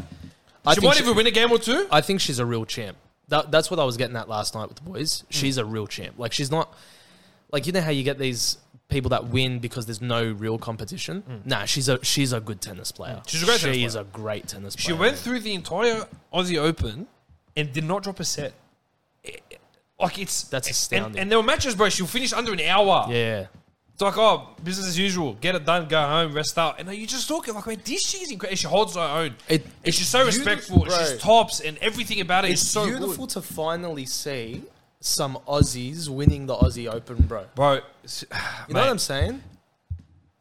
Speaker 2: I
Speaker 1: she
Speaker 2: think
Speaker 1: might
Speaker 2: she-
Speaker 1: even win a game or two.
Speaker 2: I think she's a real champ. That, that's what I was getting at last night with the
Speaker 1: Mm.
Speaker 2: boys. She's a real champ. Like she's not like you know how you get these people that win because there's no real competition. Nah, she's a she's a good tennis player.
Speaker 1: Mm. She's a great
Speaker 2: She
Speaker 1: tennis
Speaker 2: is
Speaker 1: player.
Speaker 2: a great tennis
Speaker 1: She
Speaker 2: player.
Speaker 1: went through the entire Aussie Open and did not drop a set. It- Like it's
Speaker 2: That's
Speaker 1: and-
Speaker 2: astounding.
Speaker 1: And, there were matches, bro. She'll finish under an hour.
Speaker 2: Yeah.
Speaker 1: It's like oh, business as usual. Get it done. Go home. Rest up. And you just talking like, man, this she's incredible. She holds her own.
Speaker 2: It-
Speaker 1: and she's so
Speaker 2: it's
Speaker 1: respectful.
Speaker 2: beautiful,
Speaker 1: She's
Speaker 2: bro.
Speaker 1: tops, and everything about it is
Speaker 2: It's
Speaker 1: so
Speaker 2: beautiful
Speaker 1: good.
Speaker 2: to finally see some Aussies winning the Aussie Open, bro.
Speaker 1: bro. it's-
Speaker 2: You
Speaker 1: mate.
Speaker 2: know what I'm saying?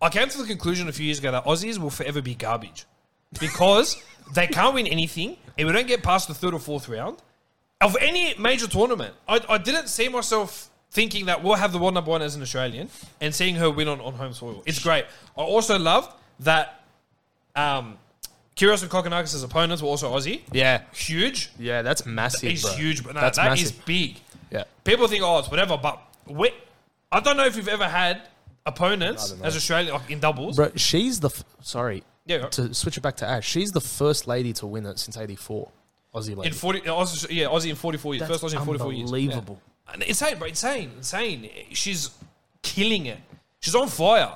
Speaker 1: I came to the conclusion a few years ago that Aussies will forever be garbage because they can't win anything and we don't get past the third or fourth round of any major tournament. I, I didn't see myself thinking that we'll have the world number one as an Australian and seeing her win on, on home soil. It's great. I also loved that um, Kyrgios and Kokonakis' opponents were also Aussie.
Speaker 2: Yeah.
Speaker 1: Huge.
Speaker 2: Yeah, that's massive.
Speaker 1: It's
Speaker 2: bro.
Speaker 1: huge, but no,
Speaker 2: that's
Speaker 1: that is
Speaker 2: massive.
Speaker 1: big.
Speaker 2: yeah.
Speaker 1: People think, oh, it's whatever, but we, I don't know if we've ever had opponents as Australia like in doubles.
Speaker 2: Bro, she's the f- sorry.
Speaker 1: Yeah, right.
Speaker 2: To switch it back to Ash, she's the first lady to win it since '84. Aussie lady.
Speaker 1: In forty, Aussie, yeah, Aussie in forty-four years,
Speaker 2: That's
Speaker 1: first Aussie in forty-four years,
Speaker 2: unbelievable.
Speaker 1: Yeah. And Insane, bro, insane, insane. She's killing it. She's on fire.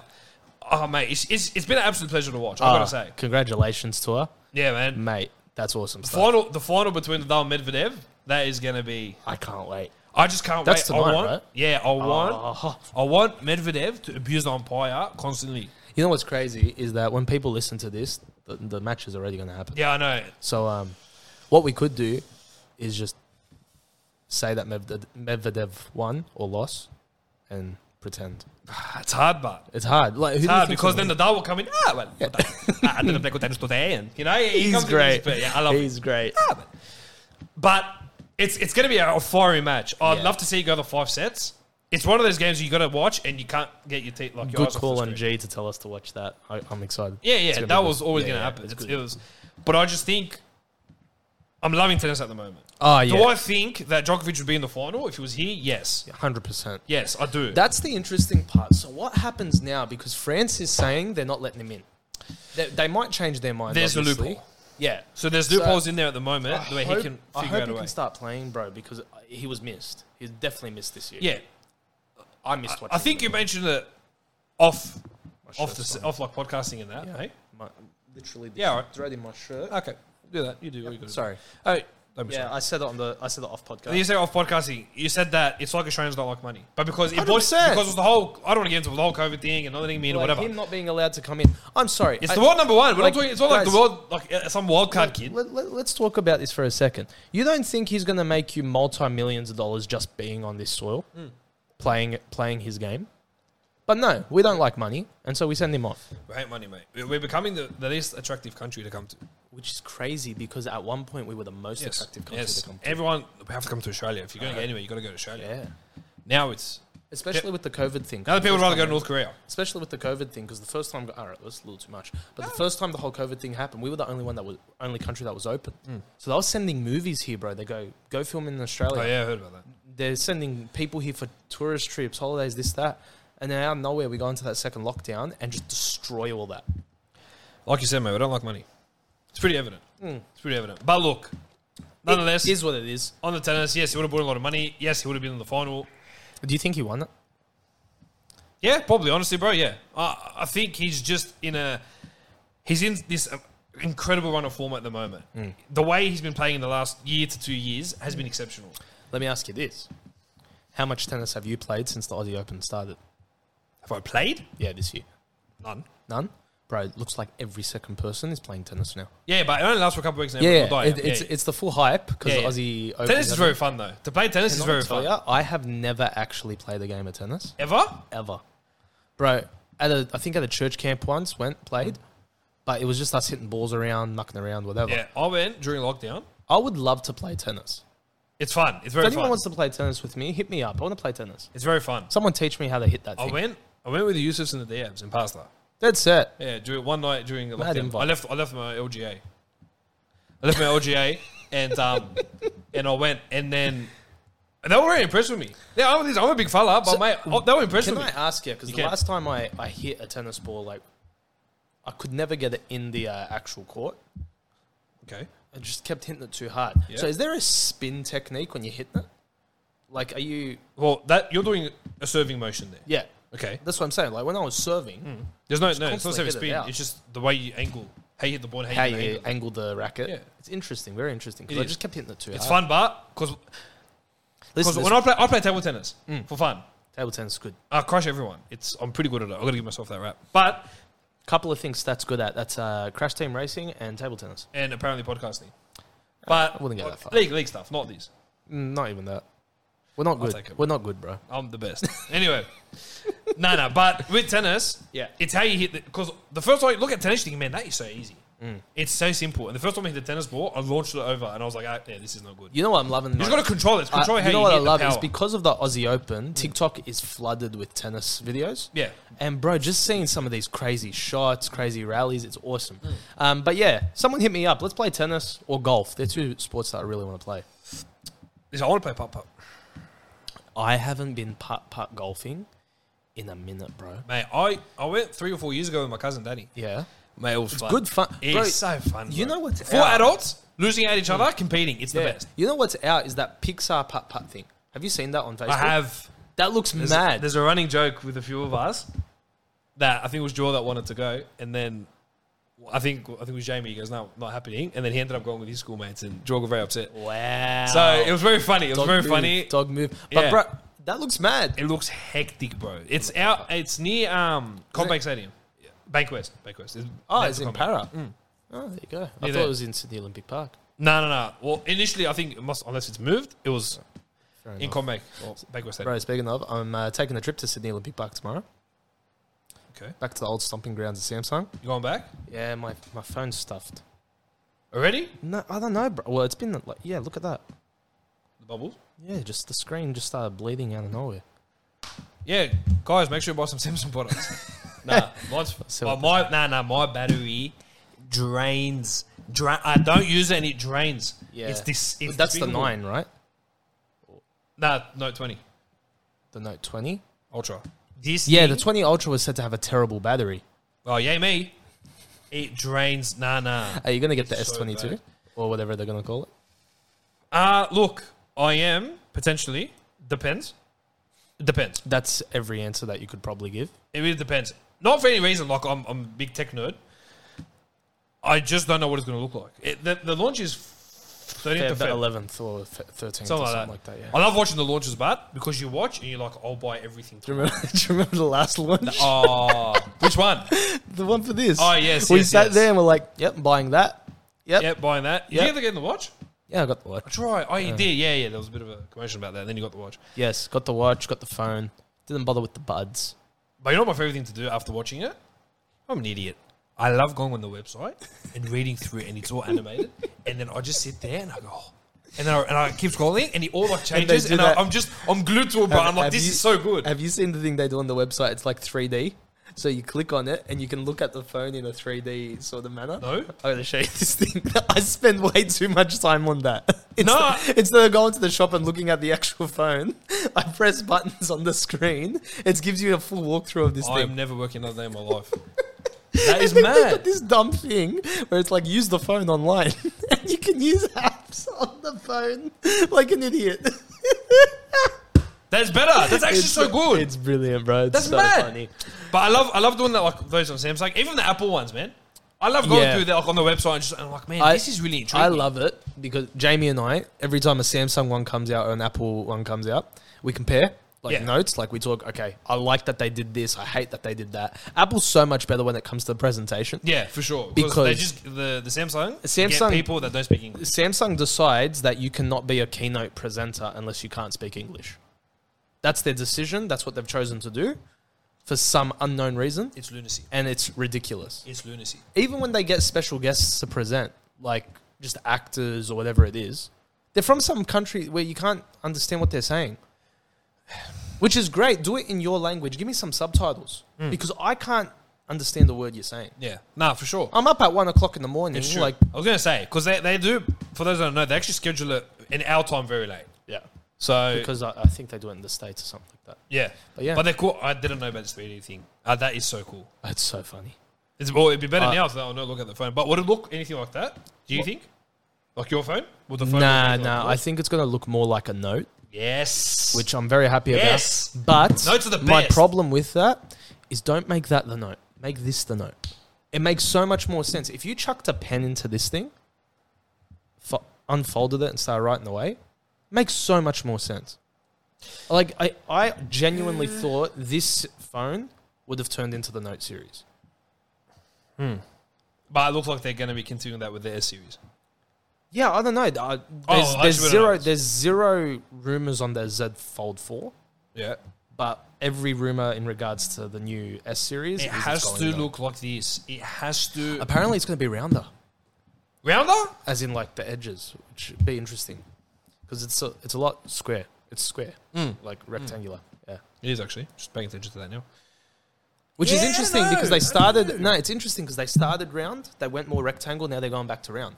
Speaker 1: Oh mate, it's, it's, it's been an absolute pleasure to watch. I
Speaker 2: Ah,
Speaker 1: gotta say,
Speaker 2: congratulations to her,
Speaker 1: yeah, man.
Speaker 2: mate. That's awesome stuff.
Speaker 1: Final, the final between the and Medvedev, that is gonna be.
Speaker 2: I can't wait.
Speaker 1: I just can't
Speaker 2: That's
Speaker 1: wait. I
Speaker 2: tonight,
Speaker 1: want,
Speaker 2: right?
Speaker 1: yeah, I want,
Speaker 2: Oh.
Speaker 1: I want Medvedev to abuse the umpire constantly.
Speaker 2: You know what's crazy is that when people listen to this, the, the match is already going to happen.
Speaker 1: Yeah, I know.
Speaker 2: So, um, what we could do is just say that Medved- Medvedev won or lost, and pretend
Speaker 1: It's hard, but
Speaker 2: it's hard. Like who do you
Speaker 1: hard
Speaker 2: think's
Speaker 1: because
Speaker 2: gonna
Speaker 1: then the dad will come in. Ah, well, I didn't play good tennis today, and you know he comes
Speaker 2: win?
Speaker 1: in
Speaker 2: he's
Speaker 1: and
Speaker 2: great.
Speaker 1: just- Yeah, I love it. Ah,
Speaker 2: he's great.
Speaker 1: But it's it's going to be a fiery match. I'd
Speaker 2: Yeah.
Speaker 1: love to see it go to five sets. It's one of those games you got to watch and you can't get your teeth like your
Speaker 2: Good
Speaker 1: eyes off
Speaker 2: call
Speaker 1: the
Speaker 2: on
Speaker 1: screen.
Speaker 2: G to tell us to watch that. I, I'm excited.
Speaker 1: Yeah,
Speaker 2: It's
Speaker 1: yeah,
Speaker 2: gonna
Speaker 1: that
Speaker 2: be
Speaker 1: was
Speaker 2: good.
Speaker 1: always
Speaker 2: Yeah,
Speaker 1: going to
Speaker 2: yeah,
Speaker 1: happen.
Speaker 2: it's
Speaker 1: It's-
Speaker 2: good.
Speaker 1: it was, but I just think I'm loving tennis at the moment.
Speaker 2: Oh
Speaker 1: Do
Speaker 2: yeah,
Speaker 1: I think that Djokovic would be in the final if he was here? Yes,
Speaker 2: hundred percent.
Speaker 1: yes, I do.
Speaker 2: That's the interesting part. So what happens now? Because France is saying they're not letting him in. They, they might change their mind.
Speaker 1: There's a
Speaker 2: obviously.
Speaker 1: loophole.
Speaker 2: Yeah.
Speaker 1: so there's loopholes in there at the moment where
Speaker 2: Hope-
Speaker 1: he can
Speaker 2: I
Speaker 1: figure out
Speaker 2: hope
Speaker 1: a
Speaker 2: he
Speaker 1: way.
Speaker 2: can start playing, bro, because he was missed. He was definitely missed this year.
Speaker 1: yeah,
Speaker 2: I missed watching.
Speaker 1: I think you
Speaker 2: him.
Speaker 1: mentioned it off, off
Speaker 2: shirt's
Speaker 1: the s-
Speaker 2: fine.
Speaker 1: off like podcasting and that. Hey,
Speaker 2: My, literally. This
Speaker 1: Yeah, alright.
Speaker 2: It's already in my shirt.
Speaker 1: okay, do that. You do. what you gotta do.
Speaker 2: Sorry.
Speaker 1: Oh, don't be sorry.
Speaker 2: Yeah, I said it on the. I said it off podcast.
Speaker 1: You said off podcasting, you said that it's like Australians don't like money. But because it was,
Speaker 2: 100%.
Speaker 1: because it was the whole, I don't want to get into the whole COVID thing and not letting me in or
Speaker 2: Like,
Speaker 1: whatever.
Speaker 2: him not being allowed to come in. I'm sorry.
Speaker 1: it's
Speaker 2: I-
Speaker 1: the world number one. We're
Speaker 2: like,
Speaker 1: not talking, it's not like the
Speaker 2: guys-
Speaker 1: world, like uh, some wild card kid.
Speaker 2: Let, us talk about this for a second. You don't think he's going to make you multi millions of dollars just being on this soil, playing playing his game? But no, we don't like money, and so we send him off.
Speaker 1: We hate money, mate. We're we're becoming the, the least attractive country to come to.
Speaker 2: Which is crazy because at one point we were the most attractive country
Speaker 1: yes.
Speaker 2: to come to.
Speaker 1: Everyone, we have to come to Australia. If you're going to get anywhere, you've got to go to Australia.
Speaker 2: yeah.
Speaker 1: Now it's,
Speaker 2: Especially
Speaker 1: Yeah.
Speaker 2: with the COVID thing.
Speaker 1: now the people would rather go to North Korea.
Speaker 2: Especially with the COVID thing, because the first time, all right, that's a little too much. But the first time the whole COVID thing happened, we were the only one that was only country that was open.
Speaker 1: Mm.
Speaker 2: So they were sending movies here, bro. They go go film in Australia.
Speaker 1: Oh, yeah, I heard about that.
Speaker 2: They're sending people here for tourist trips, holidays, this that. And then out of nowhere, we go into that second lockdown and just destroy all that.
Speaker 1: Like you said, mate, we don't like money. It's pretty evident. It's pretty evident. But look, nonetheless,
Speaker 2: Hmm. it is what it is.
Speaker 1: on the tennis, yes, he would have bought a lot of money. Yes, he would have been in the final.
Speaker 2: Do you think he won it?
Speaker 1: Yeah, probably. Honestly, bro. Yeah, I, I think he's just in a he's in this uh, incredible run of form at the moment.
Speaker 2: Hmm.
Speaker 1: The way he's been playing in the last year to two years has been exceptional.
Speaker 2: Let me ask you this: How much tennis have you played since the Aussie Open started?
Speaker 1: Have I played?
Speaker 2: Yeah, this year,
Speaker 1: None.
Speaker 2: none, bro. It looks like every second person is playing tennis now.
Speaker 1: Yeah, but it only lasts for a couple of weeks. And
Speaker 2: Yeah,
Speaker 1: everyone
Speaker 2: yeah.
Speaker 1: will die
Speaker 2: It,
Speaker 1: out.
Speaker 2: it's
Speaker 1: yeah.
Speaker 2: it's the full hype because
Speaker 1: Yeah, yeah.
Speaker 2: Aussie Open.
Speaker 1: tennis is very fun though. To play tennis is very fun.
Speaker 2: You, I have never actually played a game of tennis.
Speaker 1: Ever?
Speaker 2: ever, bro. At a, I think at a church camp once, went played, but it was just us hitting balls around, mucking around, whatever.
Speaker 1: Yeah, I went during lockdown.
Speaker 2: I would love to play tennis.
Speaker 1: It's fun. It's very
Speaker 2: If anyone
Speaker 1: fun.
Speaker 2: wants to play tennis with me, hit me up. I want to play tennis.
Speaker 1: It's very fun.
Speaker 2: Someone teach me how to hit that
Speaker 1: I
Speaker 2: thing.
Speaker 1: went. I went with the Yusufs and the Dabs in Pasta.
Speaker 2: That's it.
Speaker 1: Yeah, during, one night during the
Speaker 2: Mad
Speaker 1: lockdown,
Speaker 2: invite.
Speaker 1: I left. I left my LGA. I left my LGA, and um, and I went, and then and they were very impressed with me. Yeah, I'm, I'm a big fella, but mate, oh, they were impressed
Speaker 2: Can
Speaker 1: with
Speaker 2: I
Speaker 1: me.
Speaker 2: ask you? Because the
Speaker 1: can.
Speaker 2: last time I, I hit a tennis ball, like I could never get it in the uh, actual court.
Speaker 1: okay,
Speaker 2: I just kept hitting it too hard. So is there a spin technique when you hit it? Like, are you?
Speaker 1: well, that you're doing a serving motion there.
Speaker 2: Yeah.
Speaker 1: Okay,
Speaker 2: That's what I'm saying. Like when I was serving,
Speaker 1: there's no no, it's not
Speaker 2: constantly
Speaker 1: a
Speaker 2: hit it
Speaker 1: spin.
Speaker 2: out.
Speaker 1: it's just the way you angle, how you hit the ball, and
Speaker 2: how
Speaker 1: how you,
Speaker 2: you
Speaker 1: angle.
Speaker 2: angle the racket.
Speaker 1: Yeah.
Speaker 2: It's interesting, very interesting.
Speaker 1: It
Speaker 2: Because I
Speaker 1: is.
Speaker 2: just kept hitting it too
Speaker 1: It's
Speaker 2: hard.
Speaker 1: fun, but because
Speaker 2: Listen,
Speaker 1: when
Speaker 2: this
Speaker 1: I play, I play table tennis
Speaker 2: Mm.
Speaker 1: for fun.
Speaker 2: table tennis is good.
Speaker 1: I crush everyone. It's I'm pretty good at it. I got to give myself that rap. But
Speaker 2: Couple of things that's good at. That's uh, crash team racing and table tennis.
Speaker 1: and apparently podcasting, but
Speaker 2: I wouldn't go that far.
Speaker 1: league league stuff, not this.
Speaker 2: Mm, Not even that. We're not good.
Speaker 1: take it.
Speaker 2: We're not good, bro.
Speaker 1: I'm the best. Anyway, no, no. But with tennis,
Speaker 2: Yeah.
Speaker 1: it's how you hit because the first time you look at tennis, you think, man, that is so easy.
Speaker 2: Mm.
Speaker 1: It's so simple. And the first time I hit the tennis ball, I launched it over, and I was like, ah, yeah, this is not good.
Speaker 2: You know what I'm loving?
Speaker 1: You just got to control it. It's Control
Speaker 2: I,
Speaker 1: how
Speaker 2: you
Speaker 1: you,
Speaker 2: know what
Speaker 1: hit
Speaker 2: I love
Speaker 1: the power.
Speaker 2: is because of the Aussie Open, TikTok is flooded with tennis videos.
Speaker 1: yeah,
Speaker 2: And bro, just seeing some of these crazy shots, crazy rallies, it's awesome.
Speaker 1: Mm.
Speaker 2: Um, but yeah, someone hit me up. Let's play tennis or golf. They're two sports that I really want to play.
Speaker 1: This- I want to play putt putt.
Speaker 2: I haven't been putt putt golfing in a minute, bro.
Speaker 1: Mate, I, I went three or four years ago with my cousin Danny.
Speaker 2: Yeah.
Speaker 1: Mate, it was fun.
Speaker 2: good fun.
Speaker 1: It's
Speaker 2: Bro,
Speaker 1: so fun.
Speaker 2: you
Speaker 1: bro.
Speaker 2: know what's
Speaker 1: Four
Speaker 2: out?
Speaker 1: adults losing at each other, competing. It's the
Speaker 2: Yeah.
Speaker 1: best.
Speaker 2: You know what's out is that Pixar putt putt thing. Have you seen that on Facebook?
Speaker 1: I have.
Speaker 2: That looks
Speaker 1: There's,
Speaker 2: mad.
Speaker 1: there's a running joke with a few of us that I think it was Joel that wanted to go, and then I think I think it was Jamie. He goes, "No, not happening." And then he ended up going with his schoolmates, and Joel got very upset.
Speaker 2: wow.
Speaker 1: So it was very funny. It was
Speaker 2: Dog
Speaker 1: very
Speaker 2: move,
Speaker 1: funny.
Speaker 2: Dog move.
Speaker 1: Yeah.
Speaker 2: But bro, that looks mad.
Speaker 1: It looks hectic, bro. It's out. It's near um Combank Stadium, Bankwest. Bankwest. It's-
Speaker 2: Oh,
Speaker 1: that's
Speaker 2: it's
Speaker 1: the
Speaker 2: in
Speaker 1: Combank.
Speaker 2: Para. Oh, there you go. I
Speaker 1: Yeah,
Speaker 2: thought
Speaker 1: there.
Speaker 2: it was in Sydney Olympic Park.
Speaker 1: No, no, no. Well, initially I think it must, unless it's moved, it was
Speaker 2: Fair
Speaker 1: in
Speaker 2: enough.
Speaker 1: Combank or Bankwest Stadium.
Speaker 2: Bro, speaking of, I'm uh, taking a trip to Sydney Olympic Park tomorrow.
Speaker 1: Okay,
Speaker 2: Back to the old stomping grounds at Samsung.
Speaker 1: you going back
Speaker 2: Yeah, my, my phone's stuffed.
Speaker 1: already?
Speaker 2: No, I don't know, bro. Well, it's been like, yeah, look at that.
Speaker 1: The bubbles.
Speaker 2: Yeah, just the screen just started bleeding out of nowhere.
Speaker 1: Yeah, guys, make sure you buy some Samsung products. nah, mine's,
Speaker 2: So-
Speaker 1: my, my nah, nah, my battery drains. Dra- I don't use it and it drains.
Speaker 2: Yeah.
Speaker 1: it's this. It's
Speaker 2: That's the
Speaker 1: despicable.
Speaker 2: 9, right?
Speaker 1: Nah, Note twenty
Speaker 2: The Note 20.
Speaker 1: Ultra. This
Speaker 2: Yeah,
Speaker 1: thing-
Speaker 2: the 20 Ultra was said to have a terrible battery.
Speaker 1: Oh, yay me. It drains. Nah, nah.
Speaker 2: Are you going to get the
Speaker 1: It's so
Speaker 2: S22
Speaker 1: bad.
Speaker 2: or whatever they're going to call it?
Speaker 1: Uh, look, I am potentially. Depends. It depends.
Speaker 2: That's every answer that you could probably give.
Speaker 1: It really depends. Not for any reason. Like, I'm, I'm a big tech nerd. I just don't know what it's going to look like. It, the, the launch is 13th
Speaker 2: Feb
Speaker 1: of Feb.
Speaker 2: 11th or f- 13th
Speaker 1: Something
Speaker 2: or
Speaker 1: like
Speaker 2: something
Speaker 1: that.
Speaker 2: like that, yeah.
Speaker 1: I love watching the launches, but because you watch and you're like, I'll buy everything.
Speaker 2: Do you, remember, do you remember the last launch?
Speaker 1: Oh, which one?
Speaker 2: The one for this.
Speaker 1: Oh, yes,
Speaker 2: We
Speaker 1: yes,
Speaker 2: sat
Speaker 1: yes.
Speaker 2: there and we're like, yep, buying that. Yep.
Speaker 1: Yep, buying that. Did
Speaker 2: Yep.
Speaker 1: you ever get the watch?
Speaker 2: Yeah, I got the watch.
Speaker 1: That's right. Oh, you did. Yeah, yeah. There was a bit of a commotion about that. And then you got the watch.
Speaker 2: Yes, got the watch, got the phone. Didn't bother with the buds.
Speaker 1: But you know what my favorite thing to do after watching it? I'm an idiot. I love going on the website and reading through, it and it's all animated. and then I just sit there and I go, oh. and then I, and I keep scrolling, and it all like changes,
Speaker 2: do
Speaker 1: and, I,
Speaker 2: that-
Speaker 1: I'm just I'm glued to a button. I'm like,
Speaker 2: have
Speaker 1: this
Speaker 2: you-
Speaker 1: is so good.
Speaker 2: Have you seen the thing they do on the website? It's like 3D. So you click on it and you can look at the phone in a 3D sort of manner.
Speaker 1: No.
Speaker 2: I'm going to show you this thing. I spend way too much time on that. It's
Speaker 1: No.
Speaker 2: instead of going to the shop and looking at the actual phone, I press buttons on the screen. It gives you a full walkthrough of this thing.
Speaker 1: I'm never working another day in my life. That is
Speaker 2: And then They
Speaker 1: mad.
Speaker 2: got this dumb thing where it's like use the phone online, and you can use apps on the phone like an idiot.
Speaker 1: That's better. That's actually
Speaker 2: It's-
Speaker 1: so good.
Speaker 2: It's brilliant, bro. It's
Speaker 1: That's
Speaker 2: so
Speaker 1: mad.
Speaker 2: funny.
Speaker 1: But I love I love doing that like those on Samsung, even the Apple ones, man. I love going
Speaker 2: Yeah.
Speaker 1: through that like on the website and just and I'm like, man,
Speaker 2: I-
Speaker 1: this is really intriguing.
Speaker 2: I love it because Jamie and I, every time a Samsung one comes out or an Apple one comes out, we compare like
Speaker 1: Yeah.
Speaker 2: notes. Like we talk, okay, I like that they did this. I hate that they did that. Apple's so much better when it comes to the presentation.
Speaker 1: yeah, for sure. Because, they
Speaker 2: Because-
Speaker 1: just the, the Samsung, get
Speaker 2: Samsung-
Speaker 1: people that don't speak English.
Speaker 2: Samsung decides that you cannot be a keynote presenter unless you can't speak English. That's their decision. That's what they've chosen to do for some unknown reason.
Speaker 1: It's lunacy.
Speaker 2: And it's ridiculous.
Speaker 1: It's lunacy.
Speaker 2: Even when they get special guests to present, like just actors or whatever it is, they're from some country where you can't understand what they're saying. Which is great. Do it in your language. Give me some subtitles
Speaker 1: Hmm.
Speaker 2: because I can't understand the word you're saying.
Speaker 1: Yeah. Nah, for sure.
Speaker 2: I'm up at one o'clock in the morning.
Speaker 1: It's true.
Speaker 2: Like,
Speaker 1: I was gonna say, because they, they do for those that don't know, they actually schedule it in our time very late.
Speaker 2: yeah,
Speaker 1: So
Speaker 2: because I, I think they do it in the states or something like that.
Speaker 1: yeah.
Speaker 2: But yeah.
Speaker 1: But they're cool. I didn't know about the speedy thing. Uh, that is so cool.
Speaker 2: That's so funny.
Speaker 1: It's, well, it'd be better
Speaker 2: Uh,
Speaker 1: now so they'll not look at the phone. But would it look anything like that? Do you think? Like your phone? Would the phone
Speaker 2: Nah,
Speaker 1: look anything like
Speaker 2: nah. I
Speaker 1: yours?
Speaker 2: think it's gonna look more like a note,
Speaker 1: Yes.
Speaker 2: which I'm very happy
Speaker 1: Yes.
Speaker 2: about. But
Speaker 1: Notes are the
Speaker 2: my
Speaker 1: best.
Speaker 2: problem with that is don't make that the note. Make this the note. It makes so much more sense. If you chucked a pen into this thing, fo- unfolded it and started writing away, it makes so much more sense. Like I, I genuinely thought this phone would have turned into the note series.
Speaker 1: But it looks like they're going to be continuing that with the S series.
Speaker 2: Yeah, I don't know. Uh,
Speaker 1: Oh,
Speaker 2: there's,
Speaker 1: I
Speaker 2: there's
Speaker 1: see what it
Speaker 2: zero.
Speaker 1: is.
Speaker 2: There's zero rumors on the Z Fold Four.
Speaker 1: Yeah.
Speaker 2: but every rumor in regards to the new S series
Speaker 1: It
Speaker 2: is it's
Speaker 1: has
Speaker 2: going
Speaker 1: to
Speaker 2: down.
Speaker 1: look like this. It has to.
Speaker 2: Apparently, it's going to be rounder,
Speaker 1: rounder?
Speaker 2: as in like the edges, which would be interesting because it's a, it's a lot square. It's square, like rectangular. Yeah.
Speaker 1: It is actually. Just paying attention to that now.
Speaker 2: Hmm. Which is
Speaker 1: Yeah,
Speaker 2: interesting
Speaker 1: no,
Speaker 2: because
Speaker 1: I
Speaker 2: they started. No, it's interesting because they started round. They went more rectangle. Now they're going back to round.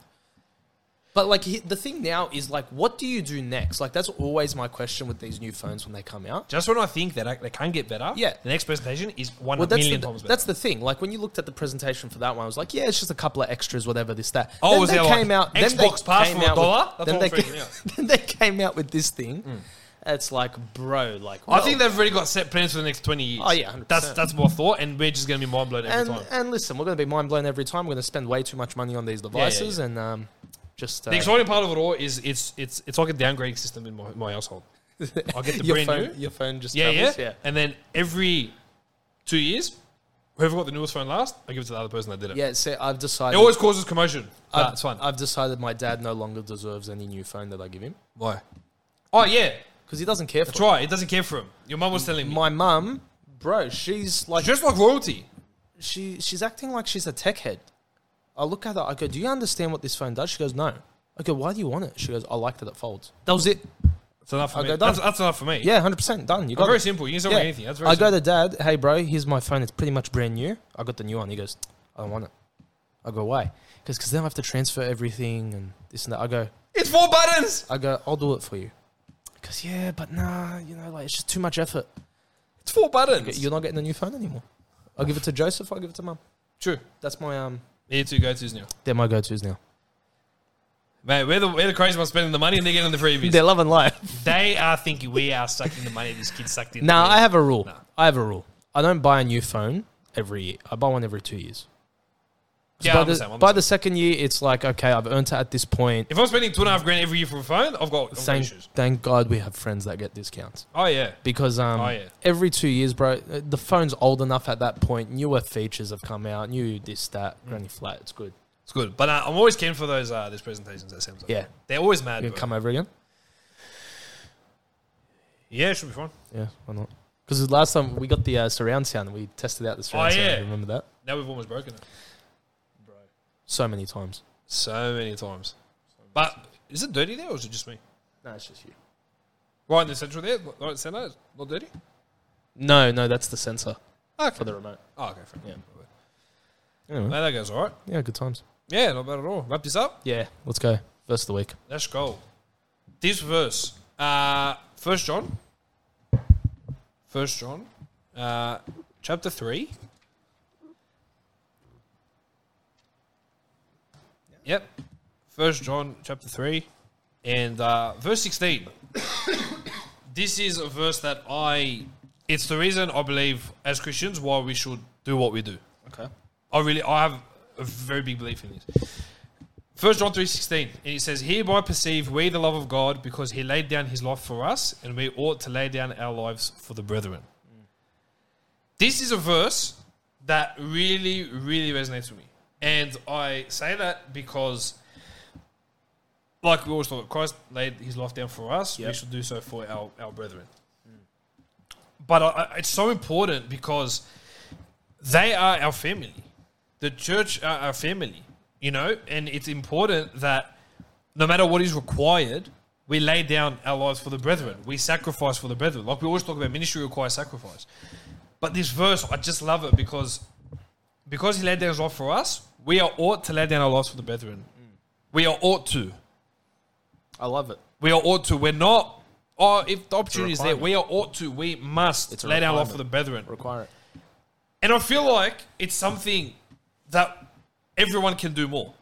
Speaker 2: But like he- the thing now is like, what do you do next? Like that's always my question with these new phones when they come out.
Speaker 1: Just when I think that I, they can get better,
Speaker 2: Yeah.
Speaker 1: the next presentation is one
Speaker 2: Well,
Speaker 1: million
Speaker 2: that's the,
Speaker 1: times better.
Speaker 2: that's the thing. Like when you looked at the presentation for that one, I was like, yeah, it's just a couple of extras, whatever, this that.
Speaker 1: Oh, was
Speaker 2: they
Speaker 1: there, like,
Speaker 2: came out. then they
Speaker 1: Xbox Pass
Speaker 2: came
Speaker 1: for a
Speaker 2: out with-
Speaker 1: dollar? That's
Speaker 2: Then
Speaker 1: what
Speaker 2: they,
Speaker 1: I'm freaking out.
Speaker 2: then they came out with this thing. It's like, bro, like
Speaker 1: Hmm. I think they've already got set plans for the next twenty years.
Speaker 2: Oh, yeah,
Speaker 1: that's
Speaker 2: 100%.
Speaker 1: that's my thought, and we're just going to be mind blown every
Speaker 2: and
Speaker 1: time.
Speaker 2: and listen, we're going to be mind blown every time. We're going to spend way too much money on these
Speaker 1: yeah,
Speaker 2: devices, and um, just uh,
Speaker 1: the exciting part of it all is it's it's it's like a downgrading system in my, my household. I get the
Speaker 2: your
Speaker 1: brand
Speaker 2: phone,
Speaker 1: new,
Speaker 2: your phone just
Speaker 1: yeah, yeah,
Speaker 2: travels,
Speaker 1: and then every two years, whoever got the newest phone last, I give it to the other person that did it.
Speaker 2: yeah. Uh, So I've
Speaker 1: It
Speaker 2: decided.
Speaker 1: always causes commotion.
Speaker 2: I've,
Speaker 1: But it's fun.
Speaker 2: I've decided my dad no longer deserves any new phone that I give him
Speaker 1: Why? Oh yeah,
Speaker 2: because he doesn't care for
Speaker 1: that's right. It doesn't care for him. Your mum was telling
Speaker 2: it.
Speaker 1: me.
Speaker 2: My mum, bro, she's like
Speaker 1: just like royalty.
Speaker 2: she she's acting like she's a tech head. I look at her. I go, "Do you understand what this phone does?" She goes, "No." I go, "Why do you want it?" She goes, "I like that it folds." That was it.
Speaker 1: That's enough for
Speaker 2: Okay,
Speaker 1: me.
Speaker 2: done.
Speaker 1: That's, that's enough for me.
Speaker 2: Yeah, hundred percent done. You got
Speaker 1: I'm very
Speaker 2: it.
Speaker 1: simple. You can sell
Speaker 2: Yeah.
Speaker 1: me anything. That's very
Speaker 2: I
Speaker 1: simple.
Speaker 2: go to dad, hey bro, here's my phone. It's pretty much brand new. I got the new one. He goes, I don't want it. I go, why? Because then I have to transfer everything and this and that. I go,
Speaker 1: It's four buttons.
Speaker 2: I go, I'll do it for you. Because yeah, but nah, you know, like it's just too much effort.
Speaker 1: It's four
Speaker 2: Okay,
Speaker 1: buttons.
Speaker 2: You're not getting a new phone anymore. I'll give it to Joseph. I'll give it to mum.
Speaker 1: True.
Speaker 2: That's my um.
Speaker 1: Here two go tos now.
Speaker 2: They're my go-to's now.
Speaker 1: Mate, we're the, we're the crazy ones spending the money and they're getting the freebies.
Speaker 2: They're loving life.
Speaker 1: they are thinking we are sucking the money this kid sucked in.
Speaker 2: No, I have a rule.
Speaker 1: Nah.
Speaker 2: I have a rule. I don't buy a new phone every year. I buy one every two years. So
Speaker 1: yeah,
Speaker 2: by
Speaker 1: I'm
Speaker 2: the,
Speaker 1: the same, I'm
Speaker 2: by
Speaker 1: the
Speaker 2: the second year, it's like okay, I've earned it at this point.
Speaker 1: same. if I'm spending two and a half grand every year for a phone, I've got, I've got
Speaker 2: Thank,
Speaker 1: issues.
Speaker 2: thank God we have friends that get discounts
Speaker 1: Oh, yeah.
Speaker 2: because um,
Speaker 1: Oh, yeah.
Speaker 2: every two years, bro, uh, the phone's old enough at that point. Newer features have come out, new this that,
Speaker 1: Mm.
Speaker 2: granny flat. It's good.
Speaker 1: It's good. But uh, I'm always keen for those uh, those presentations at Samsung.
Speaker 2: Yeah,
Speaker 1: They're always mad.
Speaker 2: you
Speaker 1: but-
Speaker 2: can come over again.
Speaker 1: Yeah, it should be fun.
Speaker 2: Yeah, why not? Because the last time we got the uh, surround sound, we tested out the surround sound.
Speaker 1: Oh, yeah.
Speaker 2: Remember that?
Speaker 1: Now we've almost broken it
Speaker 2: So many times.
Speaker 1: so many times. But is it dirty there or is it just me?
Speaker 2: No, it's just you.
Speaker 1: Right in the central there? Right in the center? It's Not dirty?
Speaker 2: No, no, that's the sensor
Speaker 1: Okay.
Speaker 2: for the remote.
Speaker 1: Oh, okay. Fair yeah.
Speaker 2: Anyway.
Speaker 1: Mate, that goes all right.
Speaker 2: Yeah, good times.
Speaker 1: Yeah, not bad at all. Wrap this up.
Speaker 2: Yeah, let's go. Verse of the week.
Speaker 1: Let's go. This verse, uh, First John, First John, uh, chapter three. Yep, First John chapter three, and uh, verse sixteen. this is a verse that I. It's the reason I believe as Christians why we should do what we do.
Speaker 2: Okay.
Speaker 1: I really, I have a very big belief in this. First John three sixteen, and he says, "Hereby perceive we the love of God, because He laid down His life for us, and we ought to lay down our lives for the brethren." This is a verse that really, really resonates with me, and I say that because, like we always thought, Christ laid His life down for us. We
Speaker 2: Yep.
Speaker 1: should do so for our our brethren. But I, I, it's so important because they are our family. The church are our family, you know, and it's important that no matter what is required, we lay down our lives for the brethren. We sacrifice for the brethren. Like we always talk about ministry requires sacrifice. But this verse, I just love it because because he laid down his life for us, we are ought to lay down our lives for the brethren. We are ought to.
Speaker 2: I love it.
Speaker 1: We are ought to. We're not oh if the opportunity is there,
Speaker 2: requirement.
Speaker 1: we are ought to. We must
Speaker 2: It's a
Speaker 1: lay down our life
Speaker 2: requirement.
Speaker 1: for the brethren.
Speaker 2: Require it.
Speaker 1: And I feel like it's something that everyone can do more.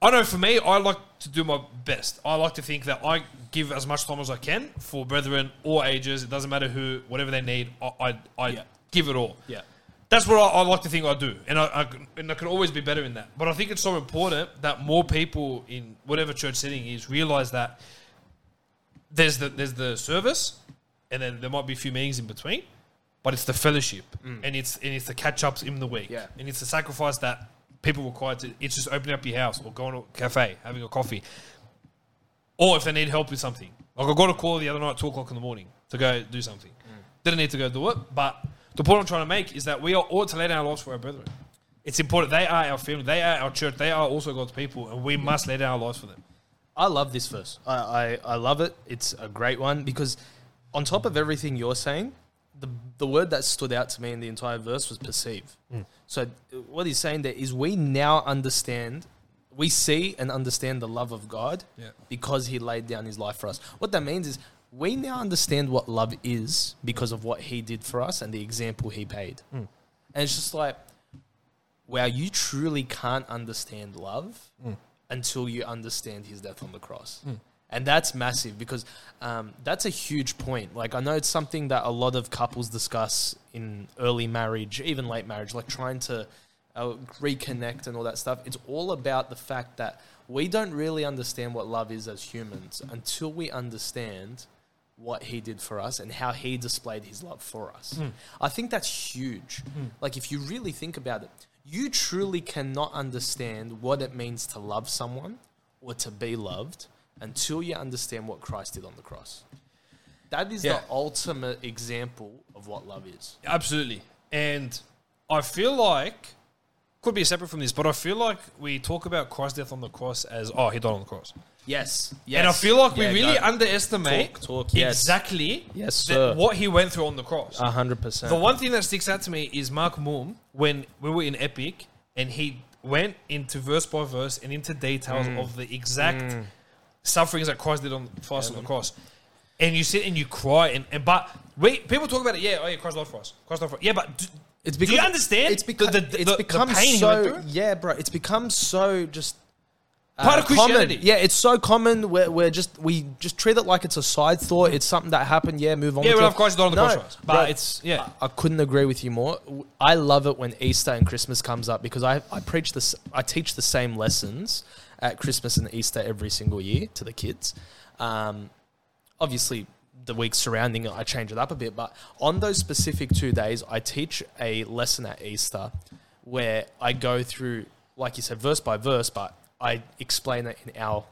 Speaker 1: I know for me, I like to do my best. I like to think that I give as much time as I can for brethren or ages. It doesn't matter who, whatever they need, I, I, I
Speaker 2: Yeah.
Speaker 1: give it all.
Speaker 2: Yeah.
Speaker 1: That's what I, I like to think I do, and I, I can- and I can always be better in that. But I think it's so important that more people in whatever church setting is realize that there's the there's the service, and then there might be a few meetings in between, but it's the fellowship, and it's and it's the catch ups in the week,
Speaker 2: Yeah.
Speaker 1: and it's the sacrifice that people require to. It's just opening up your house or going to a cafe, having a coffee, or if they need help with something. Like I got a call the other night at two o'clock in the morning to go do something.
Speaker 2: Mm.
Speaker 1: Didn't need to go do it, but the point I'm trying to make is that we are ought to lay down our lives for our brethren. It's important. They are our family. They are our church. They are also God's people, and we must lay down our lives for them.
Speaker 2: I love this verse. I, I, I love it. It's a great one because, on top of everything you're saying, the, the word that stood out to me in the Mm. entire verse was perceive. So, what he's saying there is we now understand we see and understand the love of God
Speaker 1: Yeah.
Speaker 2: because He laid down His life for us. What that means is we now understand what love is because of what He did for us and the example He paid. And it's just like, wow, you truly can't understand love until you understand his death on the cross. And that's massive because um, that's a huge point. Like, I know it's something that a lot of couples discuss in early marriage, even late marriage, like trying to uh, reconnect and all that stuff. It's all about the fact that we don't really understand what love is as humans until we understand what he did for us and how he displayed his love for us.
Speaker 1: Hmm.
Speaker 2: I think that's huge. Like, if you really think about it, you truly cannot understand what it means to love someone or to be loved until you understand what Christ did on the cross. That is
Speaker 1: Yeah.
Speaker 2: the ultimate example of what love is.
Speaker 1: Absolutely. And I feel like could be separate from this, but I feel like we talk about Christ's death on the cross as oh he died on the cross.
Speaker 2: Yes. yes.
Speaker 1: And I feel like
Speaker 2: Yeah,
Speaker 1: we really
Speaker 2: go.
Speaker 1: underestimate
Speaker 2: Talk, talk, yes.
Speaker 1: exactly
Speaker 2: Yes,
Speaker 1: that-
Speaker 2: sir.
Speaker 1: what he went through on the cross.
Speaker 2: A hundred percent.
Speaker 1: The one thing that sticks out to me is Mark Moom when we were in Epic and he went into verse by verse and into details
Speaker 2: Mm.
Speaker 1: of the exact sufferings that Christ did on for us on the cross. And you sit and you cry and, and but we people talk about it, yeah, oh yeah, Christ died for us. Christ died for us. Yeah, but do,
Speaker 2: It's
Speaker 1: do you understand?
Speaker 2: It's become.
Speaker 1: the, the,
Speaker 2: it's
Speaker 1: the- the
Speaker 2: become
Speaker 1: pain he went
Speaker 2: so.
Speaker 1: through?
Speaker 2: yeah, bro. It's become so just uh,
Speaker 1: Part of Christianity.
Speaker 2: Common. Yeah, it's so common. We're, we're just we just treat it like it's a side thought. It's something that happened. Yeah, move on.
Speaker 1: Yeah,
Speaker 2: with
Speaker 1: well,
Speaker 2: it.
Speaker 1: of course, not on the
Speaker 2: No,
Speaker 1: cross for us. But
Speaker 2: bro,
Speaker 1: it's yeah,
Speaker 2: I couldn't agree with you more. I love it when Easter and Christmas comes up because I, I preach this I teach the same lessons at Christmas and Easter every single year to the kids. Um, obviously the weeks surrounding it I change it up a bit, but on those specific two days I teach a lesson at Easter where I go through like you said verse by verse, but I explain it in our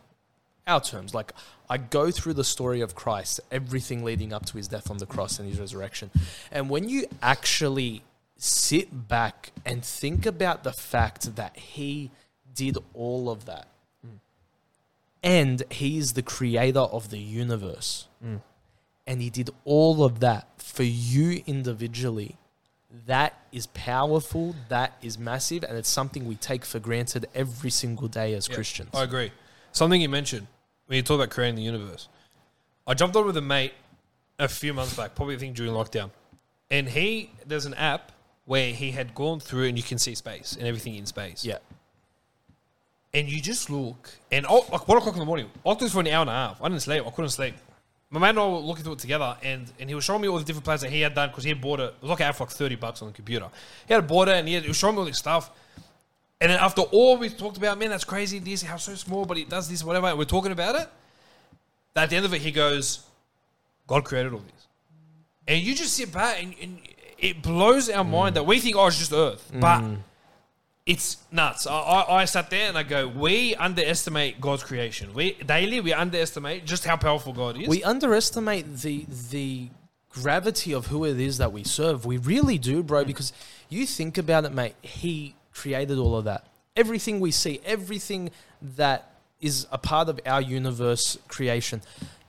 Speaker 2: our terms. Like I go through the story of Christ, everything leading up to his death on the cross and his resurrection. And when you actually sit back and think about the fact that he did all of that, and he is the creator of the universe, and he did all of that for you individually. That is powerful. That is massive, and it's something we take for granted every single day as Christians.
Speaker 1: I agree. Something you mentioned when you talk about creating the universe. I jumped on with a mate a few months back, probably I think during lockdown, and he there's an app where he had gone through and you can see space and everything in space.
Speaker 2: Yeah,
Speaker 1: And you just look and oh, like one o'clock in the morning, I looked at this for an hour and a half. I didn't sleep. I couldn't sleep. My man and I were looking through it together, and, and he was showing me all the different plans that he had done because he had bought it. It was like an app for like thirty bucks on the computer. He had bought it, and he, had, he was showing me all this stuff. And then after all we talked about, man, that's crazy. This how so small, but it does this, whatever. And we're talking about it. At the end of it, he goes, "God created all this," and you just sit back and, and it blows our mind that we think, "Oh, it's just Earth," but it's nuts. I, I, I sat there and I go, "We underestimate God's creation. We daily we underestimate just how powerful God is."
Speaker 2: We underestimate the the gravity of who it is that we serve. We really do, bro, because you think about it, mate, he created all of that. Everything we see, everything that is a part of our universe creation.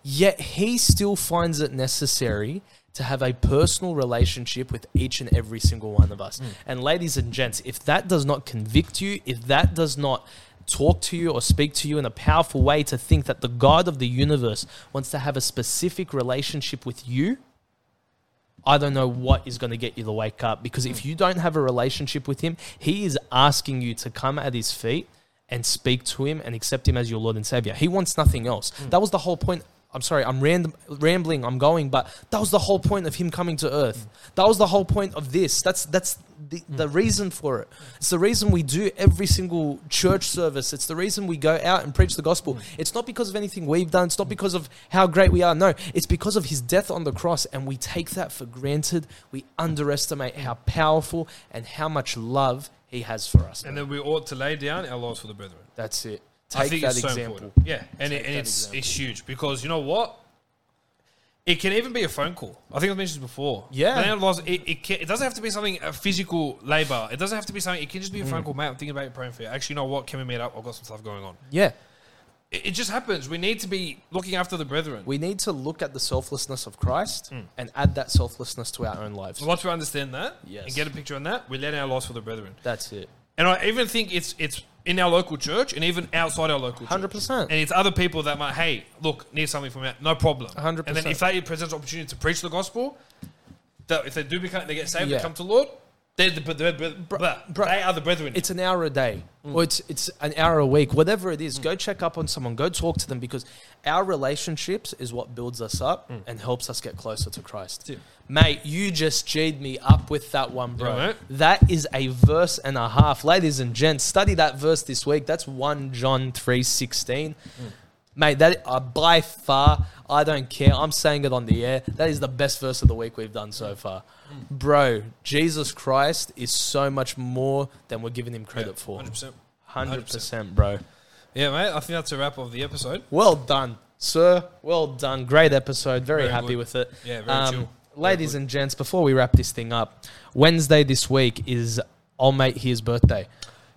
Speaker 2: Yet he still finds it necessary to have a personal relationship with each and every single one of us. And ladies and gents, if that does not convict you, if that does not talk to you or speak to you in a powerful way to think that the God of the universe wants to have a specific relationship with you, I don't know what is going to get you to wake up because if you don't have a relationship with Him, He is asking you to come at His feet and speak to Him and accept Him as your Lord and Savior. He wants nothing else. That was the whole point. I'm sorry, I'm random, rambling, I'm going, but that was the whole point of Him coming to earth. That was the whole point of this. That's, that's the, the reason for it. It's the reason we do every single church service. It's the reason we go out and preach the gospel. It's not because of anything we've done. It's not because of how great we are. No, it's because of his death on the cross. And we take that for granted. We underestimate how powerful and how much love he has for us.
Speaker 1: and then we ought to lay down our lives for the brethren.
Speaker 2: That's it.
Speaker 1: I
Speaker 2: Take
Speaker 1: think
Speaker 2: that
Speaker 1: it's so
Speaker 2: example.
Speaker 1: important. Yeah, and,
Speaker 2: Take
Speaker 1: it, and
Speaker 2: that
Speaker 1: it's
Speaker 2: example.
Speaker 1: it's huge because you know what? It can even be a phone call. I think I mentioned this before.
Speaker 2: Yeah.
Speaker 1: Laying down lives- it, it, can, it doesn't have to be something a physical labor. It doesn't have to be something. It can just be a
Speaker 2: Mm.
Speaker 1: phone call, mate. I'm thinking about you praying for you. Actually, you know what? Can we meet up? I've got some stuff going on.
Speaker 2: Yeah.
Speaker 1: It, it just happens. We need to be looking after the brethren.
Speaker 2: We need to look at the selflessness of Christ
Speaker 1: Mm.
Speaker 2: and add that selflessness to our own lives.
Speaker 1: Once we understand that
Speaker 2: Yes.
Speaker 1: and get a picture on that, we let our lives for the brethren.
Speaker 2: That's it.
Speaker 1: And I even think it's it's in our local church and even outside our local church.
Speaker 2: 100%.
Speaker 1: And it's other people that might, hey, look, need something from that, no problem.
Speaker 2: 100%.
Speaker 1: And then if they present an opportunity to preach the gospel, that if they do become, they get saved,
Speaker 2: Yeah.
Speaker 1: they come to the Lord, they're the, bre- bre- bre-
Speaker 2: bro-
Speaker 1: they are the brethren.
Speaker 2: it's an hour a day or it's it's an hour a week whatever it is go check up on someone go talk to them because our relationships is what builds us up and helps us get closer to christ
Speaker 1: it.
Speaker 2: mate you just g'd me up with that one bro
Speaker 1: Yeah, mate.
Speaker 2: that is a verse and a half ladies and gents study that verse this week that's 1 john 3 16 Mate, that uh, by far, I don't care. I'm saying it on the air. That is the best verse of the week we've done so far, bro. Jesus Christ is so much more than we're giving him credit for.
Speaker 1: 100%.
Speaker 2: Hundred percent, bro.
Speaker 1: Yeah, mate, I think that's a wrap of the episode.
Speaker 2: Well done, sir. Well done. Great episode. Very,
Speaker 1: Very
Speaker 2: happy
Speaker 1: good.
Speaker 2: with it. Um,
Speaker 1: Yeah, very chill.
Speaker 2: Ladies and gents, before we wrap this thing up, Wednesday this week is old mate here's birthday.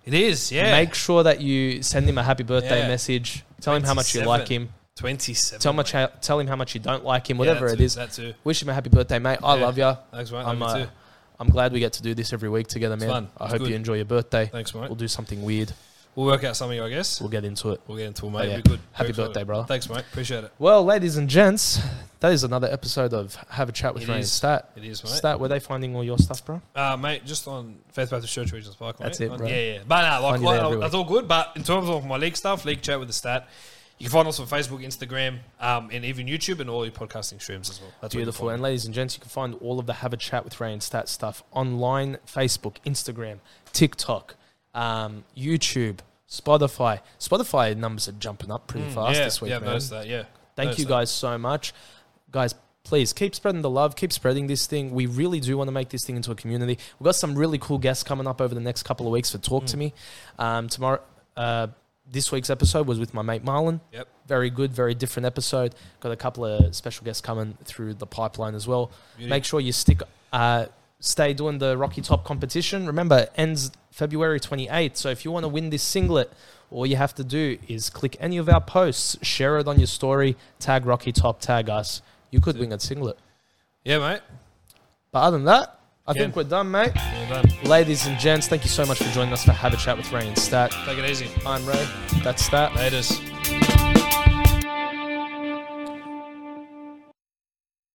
Speaker 1: It is, yeah.
Speaker 2: Make sure that you send him a happy birthday
Speaker 1: Yeah.
Speaker 2: message. Tell him how much you like
Speaker 1: 27.
Speaker 2: him.
Speaker 1: 27.
Speaker 2: Tell him, much how, tell him how much you don't like him, whatever
Speaker 1: that
Speaker 2: it
Speaker 1: too,
Speaker 2: is.
Speaker 1: that too.
Speaker 2: Wish him a happy birthday, mate. I
Speaker 1: Yeah.
Speaker 2: love you.
Speaker 1: Thanks, mate.
Speaker 2: I'm,
Speaker 1: Love you
Speaker 2: uh,
Speaker 1: too.
Speaker 2: I'm glad we get to do this every week together, man.
Speaker 1: fun.
Speaker 2: I
Speaker 1: It's
Speaker 2: hope
Speaker 1: good.
Speaker 2: you enjoy your birthday.
Speaker 1: Thanks, mate.
Speaker 2: We'll do something weird.
Speaker 1: We'll work out something, I guess.
Speaker 2: We'll get into it.
Speaker 1: We'll get into it, mate.
Speaker 2: yeah.
Speaker 1: It'll be good.
Speaker 2: Happy
Speaker 1: Very excited.
Speaker 2: birthday, brother.
Speaker 1: Thanks, mate. Appreciate it.
Speaker 2: Well, ladies and gents, that is another episode of Have a Chat with
Speaker 1: It
Speaker 2: Ray and
Speaker 1: is.
Speaker 2: Stat.
Speaker 1: It is, mate.
Speaker 2: Stat, were they finding all your stuff, bro?
Speaker 1: Uh, mate, just on Faith Baptist Church Regions Park.
Speaker 2: That's
Speaker 1: mate.
Speaker 2: it,
Speaker 1: On-
Speaker 2: bro.
Speaker 1: Yeah, yeah. But nah, like,
Speaker 2: Find you there
Speaker 1: like,
Speaker 2: every
Speaker 1: that's
Speaker 2: week.
Speaker 1: all good. But in terms of my league stuff, league chat with the stat, you can find us on Facebook, Instagram, um, and even YouTube and all your podcasting streams as well. That's where you can
Speaker 2: Beautiful.
Speaker 1: find
Speaker 2: And ladies and gents, you can find all of the Have a Chat with Ray and Stat stuff online Facebook, Instagram, TikTok, um, YouTube, Spotify. Spotify numbers are jumping up pretty
Speaker 1: it.
Speaker 2: fast
Speaker 1: Mm. yeah,
Speaker 2: this week,
Speaker 1: yeah, I've
Speaker 2: man.
Speaker 1: noticed that. Yeah,
Speaker 2: Thank
Speaker 1: Noticed
Speaker 2: you
Speaker 1: that.
Speaker 2: guys so much. Guys, please keep spreading the love, keep spreading this thing. We really do want to make this thing into a community. We've got some really cool guests coming up over the next couple of weeks for Talk to Me. Um, tomorrow, uh, this week's episode was with my mate Marlon.
Speaker 1: Yep.
Speaker 2: Very good, very different episode. Got a couple of special guests coming through the pipeline as well.
Speaker 1: Beauty.
Speaker 2: Make sure you stick, uh, stay doing the Rocky Top competition. Remember, it ends February 28th. So if you want to win this singlet, all you have to do is click any of our posts, share it on your story, tag Rocky Top, tag us. You could win a singlet.
Speaker 1: Yeah, mate.
Speaker 2: But other than that, I
Speaker 1: Yeah.
Speaker 2: think we're done, mate.
Speaker 1: Well done.
Speaker 2: Ladies and gents, thank you so much for joining us for Have a Chat with Ray and Stat.
Speaker 1: Take it easy.
Speaker 2: I'm Ray. That's Stat.
Speaker 1: Laters.